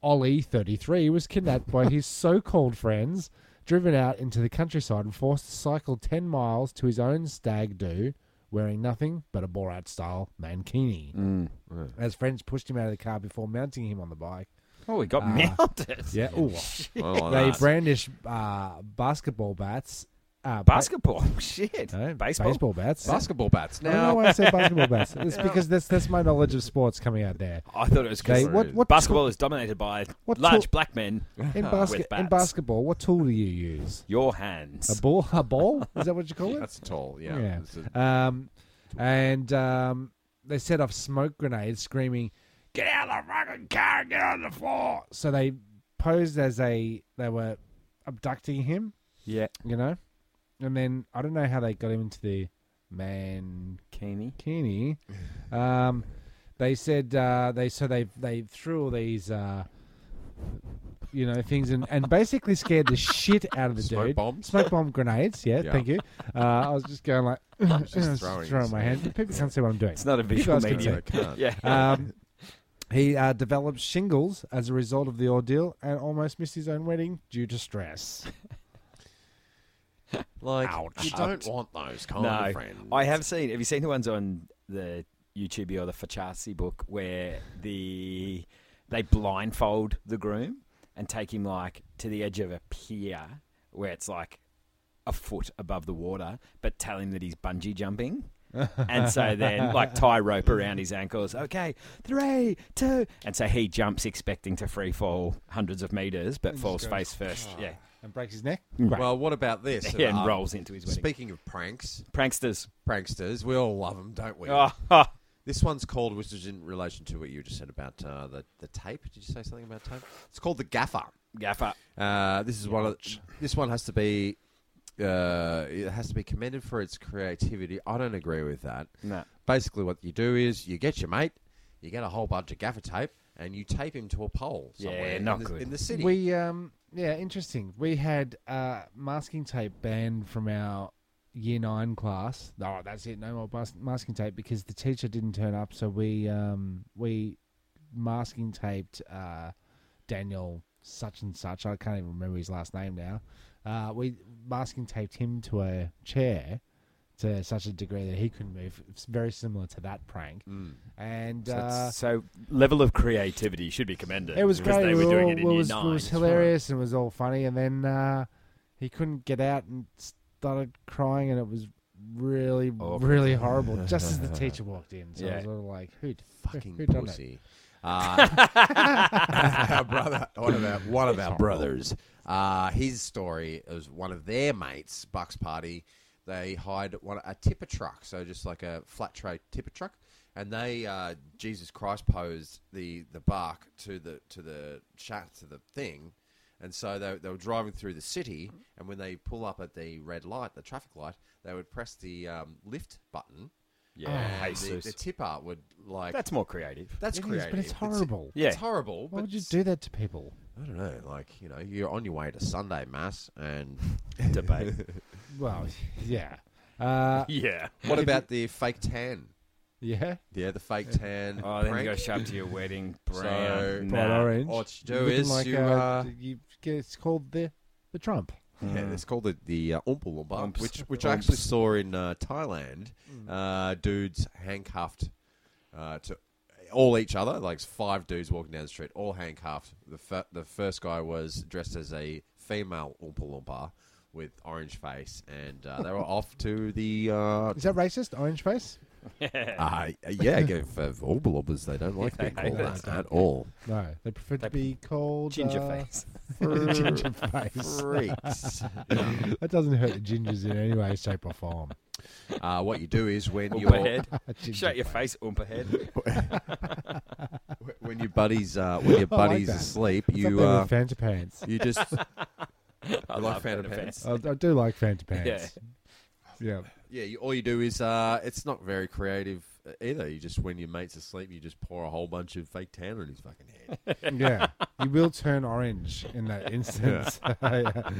S4: Ollie, 33, was kidnapped by his *laughs* so called friends, driven out into the countryside, and forced to cycle 10 miles to his own stag do, wearing nothing but a Borat style mankini. As friends pushed him out of the car before mounting him on the bike.
S5: Oh, we got mounted.
S4: Yeah. Ooh.
S3: Well,
S4: *laughs* They
S3: that's-
S4: brandish uh, basketball bats uh, ba-
S5: Basketball. *laughs* Shit.
S4: no,
S5: baseball.
S4: baseball bats.
S3: Basketball bats.
S4: I don't know
S3: Now,
S4: why I said basketball bats. It's because that's that's my knowledge of sports coming out there.
S5: I thought it was
S4: They,
S5: because
S4: what what
S5: basketball is dominated by
S4: What
S5: large
S4: tool-
S5: black men. *laughs*
S4: tool-
S3: *laughs*
S4: in, basket, in
S5: bats.
S4: basketball? What tool do you use?
S5: Your
S4: A
S5: hands.
S4: ball? A ball? Is that what you call it?
S3: that's tall. Yeah.
S4: Yeah.
S3: It's a-
S4: Um, and um, they set off smoke grenades, screaming, "Get out of the fucking car! Get on the floor!" So they posed as a they were abducting him.
S5: Yeah.
S4: you know, and then I don't know how they got him into the
S5: Keeney.
S4: mankini. Um, they said uh, they so they they threw all these. Uh, you know things and, and basically scared the shit out of the
S3: Smoke
S4: dude.
S3: bombs?
S4: smoke bomb grenades. Yeah,
S3: Yeah.
S4: thank you. Uh, I was just going like, just
S3: throwing
S4: throwing, my hand. People can't see what I'm doing.
S5: It's not a
S4: You
S5: visual
S4: guys can
S5: medium.
S3: I can't.
S5: Yeah.
S4: *laughs* Um, he uh, developed shingles as a result of the ordeal and almost missed his own wedding due to stress.
S3: Like,
S5: Ouch.
S3: you don't want those kind
S5: no,
S3: of friends.
S5: I have seen. Have you seen the ones on the YouTube or the Fachasi book where the they blindfold the groom and take him like to the edge of a pier where it's like a foot above the water, but tell him that he's bungee
S3: *laughs*
S5: jumping. and so then, like, tie rope around his ankles. Okay, three, two. And so he jumps, expecting to free fall hundreds of meters, but falls face first. Yeah.
S4: And breaks his neck.
S3: Well, what about
S5: *laughs*
S3: this?
S5: yeah. And
S3: Uh,
S5: rolls into his wedding.
S3: Speaking of pranks,
S5: Pranksters.
S3: pranksters, we all love them, don't we?
S5: Oh,
S3: This one's called, which is in relation to what you just said about uh, the the tape. Did you say something about tape? It's called the gaffer.
S5: *laughs* gaffer.
S3: Uh, this is one of this one has to be uh, it has to be commended for its creativity. I don't agree with that.
S5: No.
S3: Basically, what you do is you get your mate, you get a whole bunch of gaffer tape, and you tape him to a pole
S5: Yeah,
S3: somewhere
S5: not
S3: in, the,
S5: good.
S3: in the city.
S4: We um yeah, interesting. We had uh masking tape banned from our year nine class. Oh, that's it. No more mas- masking tape because the teacher didn't turn up. So we um we masking taped uh Daniel such and such. I can't even remember his last name now. Uh, we masking taped him to a chair to such a degree that he couldn't move. It's very similar to that prank. And uh,
S5: That's- Mm. so level of creativity should be commended.
S4: It was
S5: because
S4: great.
S5: They
S4: It
S5: were
S4: was,
S5: doing
S4: all-
S5: it in
S4: it
S5: year
S4: was, it
S5: nine.
S4: was hilarious and it was all funny. And then uh, he couldn't get out and started crying, and it was really,
S5: Awkward.
S4: really horrible. Just as the teacher walked in, so I
S5: Yeah.
S4: was sort of like, "Who
S3: fucking
S4: who done that?
S3: pussy. Uh, *laughs* our brother, one of our, one of our brothers, uh, his story is one of their mates, Buck's party. They hired one a tipper truck, so just like a flat tray tipper truck, and they uh, Jesus Christ posed the the bark to the to the chat to the thing, and so they, they were driving through the city, and when they pull up at the red light, the traffic light, they would press the um, lift button.
S4: Ah, Oh,
S5: Yeah,
S3: and the,
S5: Jesus.
S3: the tipper would like
S5: That's more creative.
S3: that's
S4: It is, but
S3: creative.
S4: it's horrible.
S5: Yeah.
S3: It's horrible.
S4: Why
S3: but
S4: would you
S3: it's-
S4: do that to people?"
S3: I don't know. Like, you know, you're on your way to Sunday Mass, and
S4: *laughs*
S5: Debate.
S4: Well, yeah, uh,
S5: yeah.
S3: *laughs* what about the fake tan?
S4: yeah.
S3: Yeah, the fake tan.
S5: Oh, then you
S3: prank.
S5: got to show up to your *laughs* wedding brown.
S3: So-
S5: nah. *laughs*
S4: Bright orange.
S3: Oh, what you do
S4: Looking
S3: is
S4: like,
S3: you.
S4: uh,
S3: Uh,
S4: you get, it's called the the Trump.
S3: yeah, it's called the, the uh, Mm. Oompa Loompa,
S5: Oomps.
S3: which, which I actually saw in uh, Thailand. Uh, dudes handcuffed uh, to all each other, like five dudes walking down the street, all handcuffed. The, fir- the first guy was dressed as a female Oompa Loompa with orange face, and uh, *laughs* they were off to the uh,
S4: Is that racist? Orange face?
S3: Uh, yeah, I go for Oompa Loompas, they don't like being called that at *laughs* all.
S4: No, they prefer to be called
S5: Ginger
S4: uh,
S5: face.
S4: ginger *laughs* face.
S3: Freaks.
S4: That doesn't hurt the gingers in any way, shape, or form.
S3: *laughs* uh, what you do is when
S5: Oompa
S3: your
S5: head.
S4: A *laughs* ginger
S5: Show your face, Oompa
S4: *laughs*
S5: head.
S3: when your buddies uh, when
S4: *laughs*
S3: your buddies
S4: that.
S3: asleep,
S4: What's up
S3: you
S4: there
S3: uh,
S4: with Fanta pants.
S3: you
S4: *laughs*
S3: just
S5: I
S3: You like
S5: love
S3: Phantom
S5: Phantom
S3: Pants?
S5: Pants.
S4: I, I do like Fanta pants.
S3: *laughs*
S4: Yeah.
S3: yeah. You, all you do is uh, it's not very creative uh, either. You just when your mate's asleep, you just pour a whole bunch of fake tan on his fucking head.
S4: *laughs* Yeah. You will turn orange in that instance. *laughs* yeah.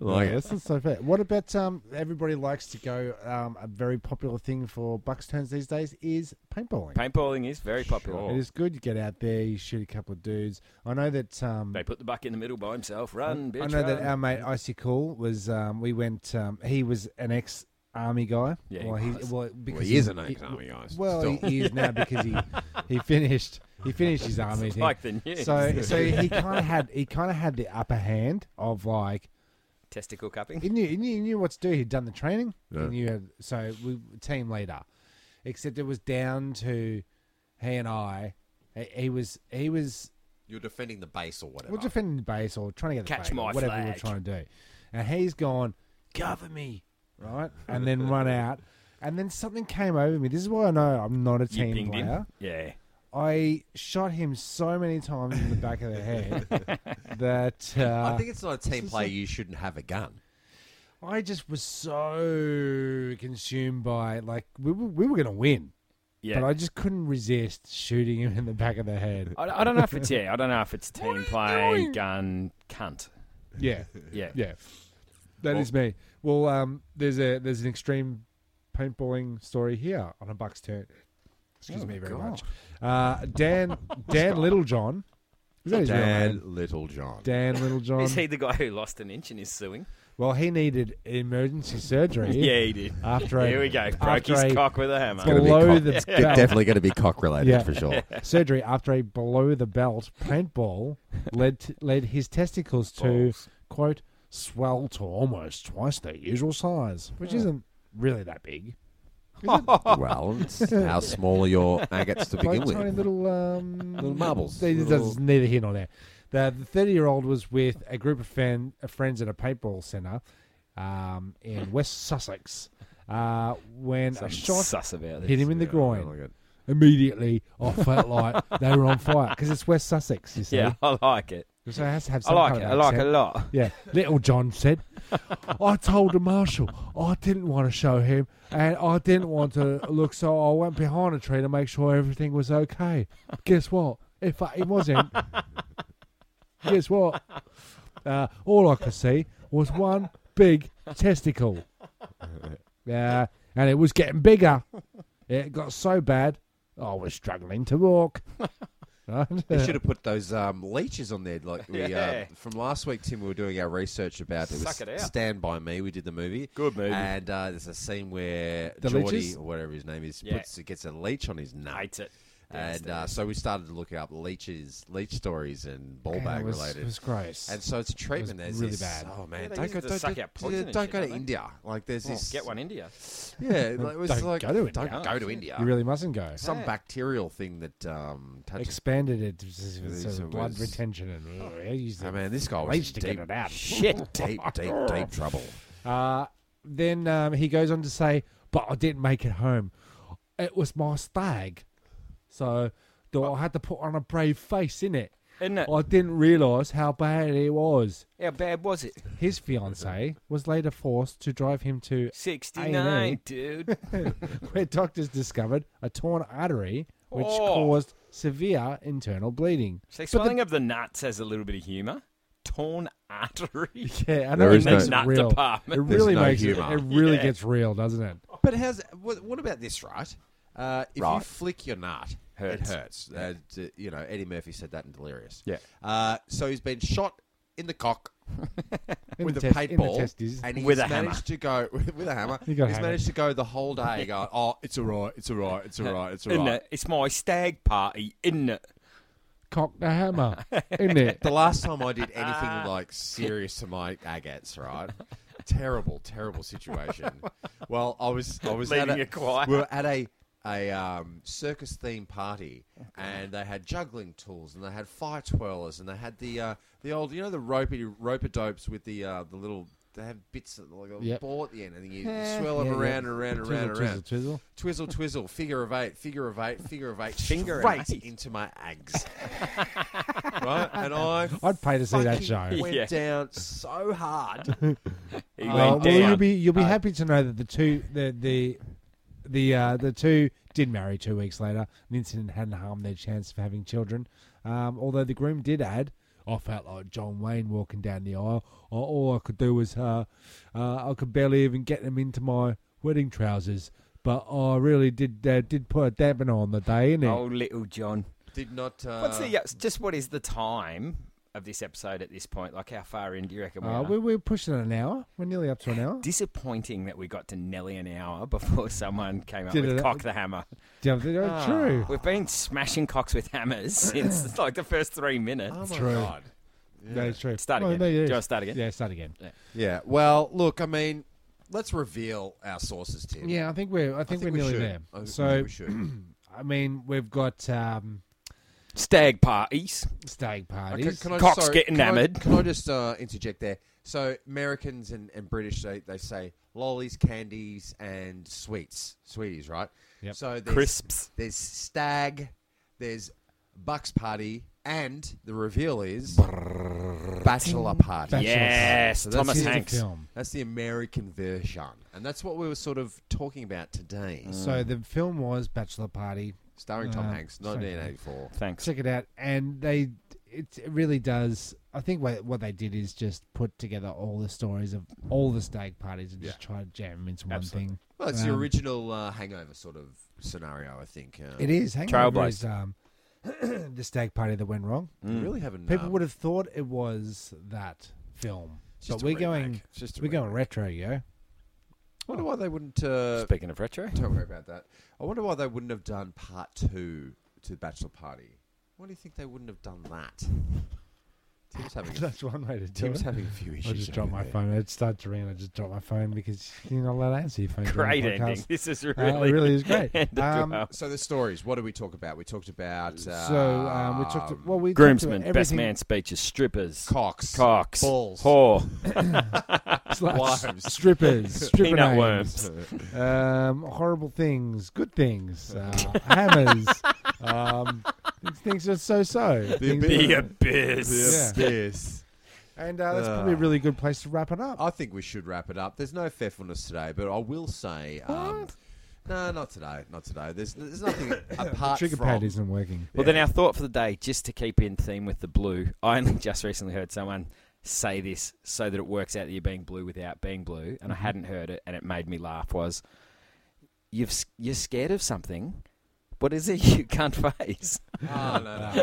S3: Like-
S4: Yeah, that's not so fair. What about um, everybody likes to go? Um, a very popular thing for Bucks turns these days is paintballing.
S5: Paintballing is very popular.
S4: It is good. You get out there, you shoot a couple of dudes. I know that. Um,
S5: They put the buck in the middle by himself. Run, bitch. um,
S4: I know that um,
S5: run.
S4: our mate Icy Cool was. Um, we went. Um, he was an ex army guy.
S5: Yeah, he
S4: well,
S5: was.
S4: well, because
S3: Well, he is
S4: he-
S3: an
S4: he-
S3: ex-army guy.
S4: Well,
S3: still.
S4: he, he
S3: *laughs*
S4: is now because he he finished he finished his army thing.
S5: like the news.
S4: So so he kind of had he kind of had the upper hand of like
S5: Testicle cupping.
S4: He knew, he knew, he knew what to do. He'd done the training.
S6: Yeah.
S4: He knew how, so we team leader, except it was down to he and I. He, he was he was
S3: You're defending the base or whatever.
S4: we're defending the base or trying to get the
S5: Catch
S4: bait or
S5: my
S4: whatever we were
S5: flag.
S4: trying to do, and he's gone cover me right,
S5: *laughs*
S4: and then run out, and then something came over me. This is why I know I'm not a
S5: You
S4: team
S5: pinged
S4: player.
S5: him. Yeah.
S4: I shot him so many times in the back of the
S5: *laughs*
S4: head that uh,
S3: I think it's not a team
S4: is
S3: player.
S4: a-
S3: You shouldn't have a gun.
S4: I just was so consumed by like we were, we were going to win,
S5: Yeah.
S4: but I just couldn't resist shooting him in the back of the head.
S5: I, I don't know if it's yeah. I don't know if it's team play, gun, cunt.
S4: *laughs* Yeah,
S5: Yeah.
S4: yeah, that is me. Well, um, there's a there's an extreme paintballing story here on a buck's turn. Excuse
S5: Oh
S4: me very much. Uh,
S5: *laughs*
S4: Dan Dan Littlejohn. Is that his real name?
S3: Littlejohn.
S4: Dan Littlejohn.
S5: Is he the guy who lost an inch and is suing?
S4: well, he needed emergency surgery.
S5: *laughs* Yeah, he did.
S4: After a-
S5: Here we go. Broke
S4: after
S5: his
S4: a-
S5: cock with a hammer.
S4: Well, Below
S6: Gonna be
S4: the
S3: *laughs*
S6: cock-
S4: belt.
S6: definitely going to be cock related
S4: Yeah.
S6: for
S4: *laughs*
S6: sure.
S4: surgery after a below the belt
S5: *laughs*
S4: paintball led to, led his testicles to quote swell to almost twice their usual size, which isn't really that big.
S6: well, it's how small are your agates to begin
S4: Like tiny
S6: with?
S4: little um,
S6: Little marbles.
S4: They,
S6: Little-
S4: That's neither here nor there. The thirty year old was with a group of fan, of friends at a paintball centre um,
S5: *laughs*
S4: in West Sussex uh, when
S5: Some
S4: a shot
S5: sus about this. oh
S4: hit him in the groin.
S3: it.
S4: Immediately, I felt like they were on fire because it's West Sussex. You see,
S5: Yeah, I like it.
S4: so it has to
S5: I
S4: have some
S5: like it.
S4: kind of
S5: I like it
S4: accent.
S5: a lot.
S4: Yeah, little John said, I told the marshal I didn't want to show him and I didn't want to look, so I went behind a tree to make sure everything was okay. Guess what? If I, it wasn't, guess what? Uh, all I could see was one big testicle. Yeah, and it was getting bigger. It got so bad, I was struggling to walk.
S3: They should have put those um, leeches on there. Like we
S5: *laughs*
S3: uh,
S5: Yeah.
S3: from last week, Tim, we were doing our research about it.
S5: Suck it out.
S3: was Stand by Me. We did the movie.
S5: Good movie.
S3: And uh, there's a scene where
S4: The
S3: Geordie
S4: leeches?
S3: or whatever his name is
S5: Yeah.
S3: puts gets a leech on his nut.
S5: Hates it.
S3: And uh,
S5: Downstairs.
S3: so we started to look up leeches, leech stories, and ball
S4: And it
S3: bag
S4: was,
S3: related.
S4: It was gross.
S3: and so it's a treatment. There's
S4: really
S3: this,
S4: bad.
S3: Oh man,
S5: Yeah, they
S3: don't
S5: use
S3: go,
S5: it to
S3: don't,
S5: suck
S3: don't-
S5: out poison
S3: yeah,
S5: and
S3: don't
S5: shit,
S3: go to
S5: don't they?
S3: India. Like there's
S5: Well,
S3: this.
S5: get one India.
S3: *laughs*
S5: *laughs*
S3: Yeah, like, it was
S4: Don't
S3: like
S4: go to
S3: don't
S4: India.
S3: go to India.
S4: you really mustn't go.
S3: Some
S5: Yeah.
S3: bacterial thing that um, touches
S4: expanded it to- to- to-
S3: These
S4: so
S3: are
S4: blood
S3: words.
S4: retention and oh, yeah, used
S3: I
S4: the
S3: mean, this guy was
S4: leech
S3: in
S4: to
S3: deep,
S4: get it out.
S5: Shit.
S3: deep, deep, deep trouble.
S4: *laughs* Uh, then um, he goes on to say, "But I didn't make it home. It was my stag, so though I had to put on a brave face in it.
S5: Isn't it?
S4: I didn't realise how bad it was."
S5: How bad was it?
S4: His fiancee was later forced to drive him to E.
S5: 69,
S4: *laughs*
S5: dude.
S4: where doctors discovered a torn artery, which
S5: Oh.
S4: caused severe internal bleeding.
S5: So spelling of the nuts has a little bit of humour. Torn artery. *laughs*
S4: Yeah, I know
S6: There
S4: it
S6: is no-
S4: makes it
S5: Nut
S4: real.
S5: department.
S4: It
S3: There's
S4: really
S3: no
S4: makes
S3: humour.
S4: it. It really
S5: Yeah.
S4: gets real, doesn't it?
S3: But how's what, what about this, right? Uh, if you
S5: Right.
S3: flick your nut,
S5: Hurts.
S3: it hurts. Uh, d- you know, Eddie Murphy said that in Delirious.
S5: Yeah.
S3: Uh, so he's been shot in the cock
S4: *laughs* In
S3: with
S4: the
S3: a
S4: test- in the
S3: paintball,
S4: testes.
S3: and he's
S5: With a hammer.
S3: managed to go *laughs* with a hammer.
S4: You got
S3: he's
S4: hammered.
S3: managed to go the
S5: *laughs*
S3: whole day going, "Oh, it's all right, it's all right, it's all right, it's all
S5: Isn't
S3: right."
S5: it? It's my stag party, isn't it?
S4: cock the hammer, isn't it?
S3: The last time I did anything like serious to my agates, right? Terrible, terrible situation. Well, I was I was
S5: Leading
S3: at a,
S5: a choir.
S3: we were at a a um, circus themed party, and they had juggling tools, and they had fire twirlers, and they had the uh, the old you know the ropey roper dopes with the uh, the little they have bits of, like a
S4: Yep.
S3: ball at the end, and you swirl them
S4: Yeah, yeah.
S3: around and around and
S4: Twizzle,
S3: around and around.
S4: twizzle,
S3: Twizzle,
S4: twizzle.
S3: twizzle, figure of eight, figure of eight, figure of eight,
S5: Finger
S3: straight
S5: eight.
S3: into my eggs. *laughs* right? And I
S4: I'd pay to see that
S3: fucking
S4: show.
S3: Went
S5: Yeah.
S3: down so hard.
S5: *laughs* He went
S4: Uh, well, you'll
S5: down.
S4: be you'll be happy to know that the two the the the uh, the two did marry two weeks later. The incident hadn't harmed their chance of having children. Um, although the groom did add, "I felt like John Wayne walking down the aisle. I- All I could do was uh, uh, I could barely even get them into my wedding trousers." But I really did uh, did put a dampener on the day, innit?
S5: Oh, little John.
S3: Did not. Uh,
S5: What's the, yeah, just what is the time of this episode at this point? Like, how far in do you reckon we
S4: Uh,
S5: are?
S4: we're, we're pushing an hour. We're nearly up to an hour.
S5: Disappointing that we got to nearly an hour before *laughs* someone came up
S4: Did
S5: with
S4: it-
S5: Cock the Hammer. Ah.
S4: Yeah, they are *laughs* oh, true.
S5: *laughs*
S4: *laughs*
S5: We've been smashing cocks with hammers since like the first three minutes.
S3: Oh my
S4: True.
S3: god.
S4: That is true.
S5: Start
S4: Well,
S5: again.
S4: there
S5: Do
S4: it
S5: you
S4: is.
S5: wanna start again?
S4: Yeah, start again.
S3: Yeah. Well, look, I mean, let's reveal our sources, Tim.
S4: Yeah, I think we're. I think, we're
S3: we
S4: nearly
S3: should.
S4: there.
S3: I think
S4: so,
S3: we
S4: *clears throat*
S3: should.
S4: I mean, we've got um,
S5: Stag parties.
S4: stag
S3: Okay,
S4: parties.
S3: can I-
S5: Cocks
S3: sorry,
S5: getting
S3: can I-
S5: hammered.
S3: Can I just uh, interject there? So Americans and, and British, they, they say lollies, candies, and sweets, sweeties, right?
S4: Yep.
S3: So there's,
S5: Crisps.
S3: There's stag. There's bucks party, and the reveal is bachelor party.
S4: Bachelor
S5: Yes,
S3: So that's
S5: Thomas
S4: Here's the
S3: the-
S5: Hanks.
S4: film.
S3: That's the American version, and that's what we were sort of talking about today.
S4: So the film was Bachelor Party.
S3: Starring Tom
S4: Uh,
S3: Hanks,
S4: sorry.
S3: 1984.
S5: Thanks.
S4: Check it out, and they. It really does. I think what, what they did is just put together all the stories of all the stag parties and just try to jam them into one
S5: Absolutely.
S4: thing.
S3: Well, it's the
S4: Um,
S3: original uh, Hangover sort of scenario, I think. Uh,
S4: It is. Hangover
S5: Trailblazed.
S4: is um, *clears throat* the stag party that went wrong.
S3: we really haven't.
S4: People
S3: um,
S4: would have thought it was that film,
S3: It's
S4: but
S3: just a
S4: we're
S3: remake.
S4: going.
S3: It's just a
S4: We're going
S3: *laughs*
S4: retro, yo.
S3: I wonder why they wouldn't. Uh,
S5: Speaking of retro,
S3: don't worry about that. I wonder why they wouldn't have done part two to the Bachelor Party. Why do you think they wouldn't have done that? Tim's having a,
S4: *laughs* That's one way to do
S3: Tim's
S4: it.
S3: having a few issues.
S4: I just dropped
S3: over
S4: my
S3: there.
S4: phone. It started to ring. I just dropped my phone because you're not allowed to answer your phone. during
S5: great
S4: the
S5: ending.
S4: podcast.
S5: This is
S4: Uh,
S5: really,
S4: it really is great.
S5: *laughs* end
S4: Um,
S5: of well.
S3: So the stories. What did we talk about? We talked about uh,
S4: So um, we talked. To, well, we talked about
S5: Groomsmen, best
S4: everything- *laughs*
S5: man speeches, strippers,
S3: Cox,
S5: cocks,
S3: balls,
S5: whore, *laughs*
S3: wives.
S4: strippers, stripper
S5: peanut
S4: names,
S5: worms.
S4: um, horrible things, good things, uh,
S5: *laughs*
S4: hammers. um, things- things are so so.
S5: The abyss.
S4: Yeah.
S3: Yes.
S4: And uh, that's probably a really good place to wrap it
S5: oh,
S4: up.
S3: I think we should wrap it up. There's no faithfulness today, but I will say, um, no, not today, not today. There's there's nothing *laughs* apart
S4: Trigger
S3: from
S4: pad isn't working.
S5: Well, then our thought for the day, just to keep in theme with the blue, *laughs* I only just recently heard someone say this so that it works out that you're being blue without being blue, and I hadn't heard it, and it made me laugh. Was you've s- you're scared of something? What is it *laughs* you can't face?
S3: Oh, no, no, no, no, no,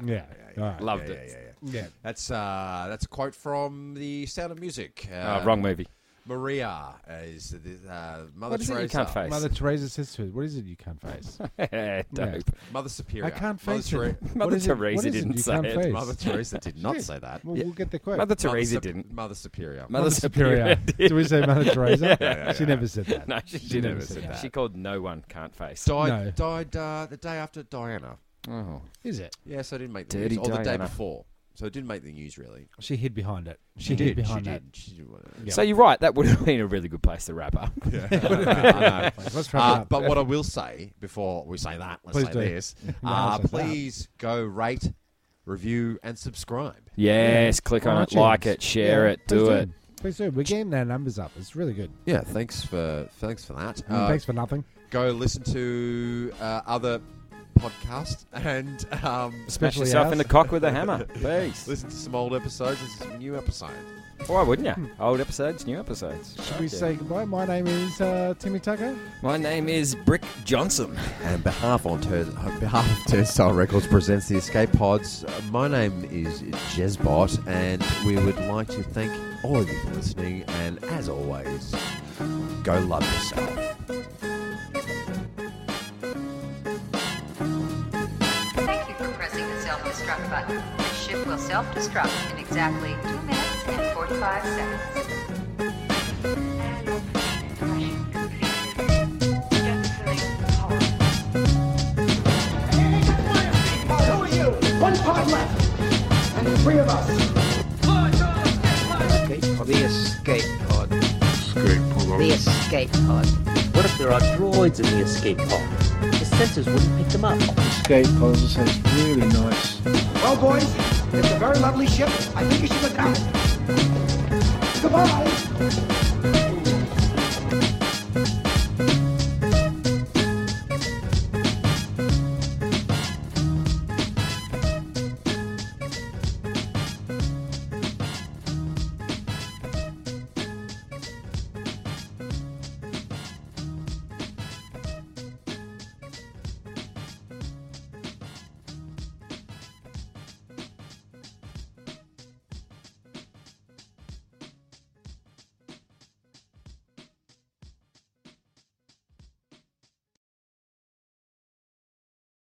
S3: no.
S4: Yeah. All
S5: *laughs*
S4: right.
S5: Loved
S3: yeah,
S5: it.
S3: Yeah, yeah, yeah.
S4: Yeah.
S3: That's uh, that's a quote from The Sound of Music. Uh,
S5: oh, wrong movie. *laughs*
S3: Maria is the uh, Mother
S5: What is
S3: Teresa.
S5: it you can't face?
S4: Mother Teresa says to us, "What is it you
S5: *laughs*
S4: can't face?
S5: Dope.
S3: Mother Superior.
S4: I can't
S3: Mother
S4: face
S3: Tere-
S4: it. What
S5: Mother
S4: is it- what
S5: Teresa
S4: is it
S5: didn't
S4: you
S5: say
S4: can't
S5: it.
S4: face?
S3: Mother Teresa did not say that.
S4: Well,
S5: Yeah.
S4: we'll get the quote.
S5: Mother
S3: Mother
S5: Teresa
S3: Sup-
S5: didn't.
S3: Mother Superior.
S5: Mother, Superior.
S4: Superior.
S5: did. *laughs*
S4: *laughs* Do we say Mother Teresa?
S3: yeah,
S4: She
S3: yeah.
S4: never said that.
S5: No, she,
S3: She
S5: didn't.
S3: never said that.
S5: She called no one can't face.
S3: died
S4: No.
S3: died uh, the day after Diana.
S5: Oh,
S4: Is it?
S3: Yeah, so it didn't make the
S5: Dirty
S3: news. Or the day
S5: Diana.
S3: before. So it didn't make the news, really.
S4: She hid behind it. She,
S3: did.
S4: hid behind
S3: she
S4: that.
S3: did. She did. whatever.
S4: Yeah.
S5: So you're right. That would have been a really good place to wrap up.
S4: *laughs*
S3: *laughs* I know.
S4: Let's wrap it
S3: Uh,
S4: up.
S3: but what I will say before we say that, let's
S4: Please
S3: say
S4: do. *laughs*
S3: this.
S4: No,
S3: Uh,
S4: let's say that.
S3: please go rate, review, and subscribe.
S5: Yes, click on it, like
S4: iTunes.
S5: it, share
S4: Yeah,
S5: it,
S4: please
S5: do it.
S4: Please do. We're getting their numbers up. It's really good.
S3: Yeah, thanks for thanks for that. Uh,
S4: I mean, Mm,
S5: Uh,
S4: Thanks for nothing.
S3: Go listen to uh, other podcasts and um,
S5: Smash
S4: Especially
S5: yourself
S4: ours.
S5: in the cock with a
S4: *laughs*
S5: hammer. Please.
S3: listen to some old episodes and some new episodes.
S5: Why wouldn't you? Old episodes, new episodes.
S4: Should we say goodbye? My name is uh, Timmy Tucker.
S5: My name is Brick Johnson.
S6: And behalf on, Tur- on behalf of Turnstile Records presents the Escape Pods. Uh, my name is Jezbot, and we would like to thank all of you for listening. And as always, go love yourself.
S9: Thank you for pressing the self-destruct button. The ship will self-destruct in exactly 2 minutes and 45 seconds.
S10: The escape pod. The escape pod. What if there are droids in the escape pod? The sensors wouldn't pick them up.
S8: Escape pods sounds really nice.
S11: Well, boys, it's a very lovely ship. I think you should go down. Goodbye.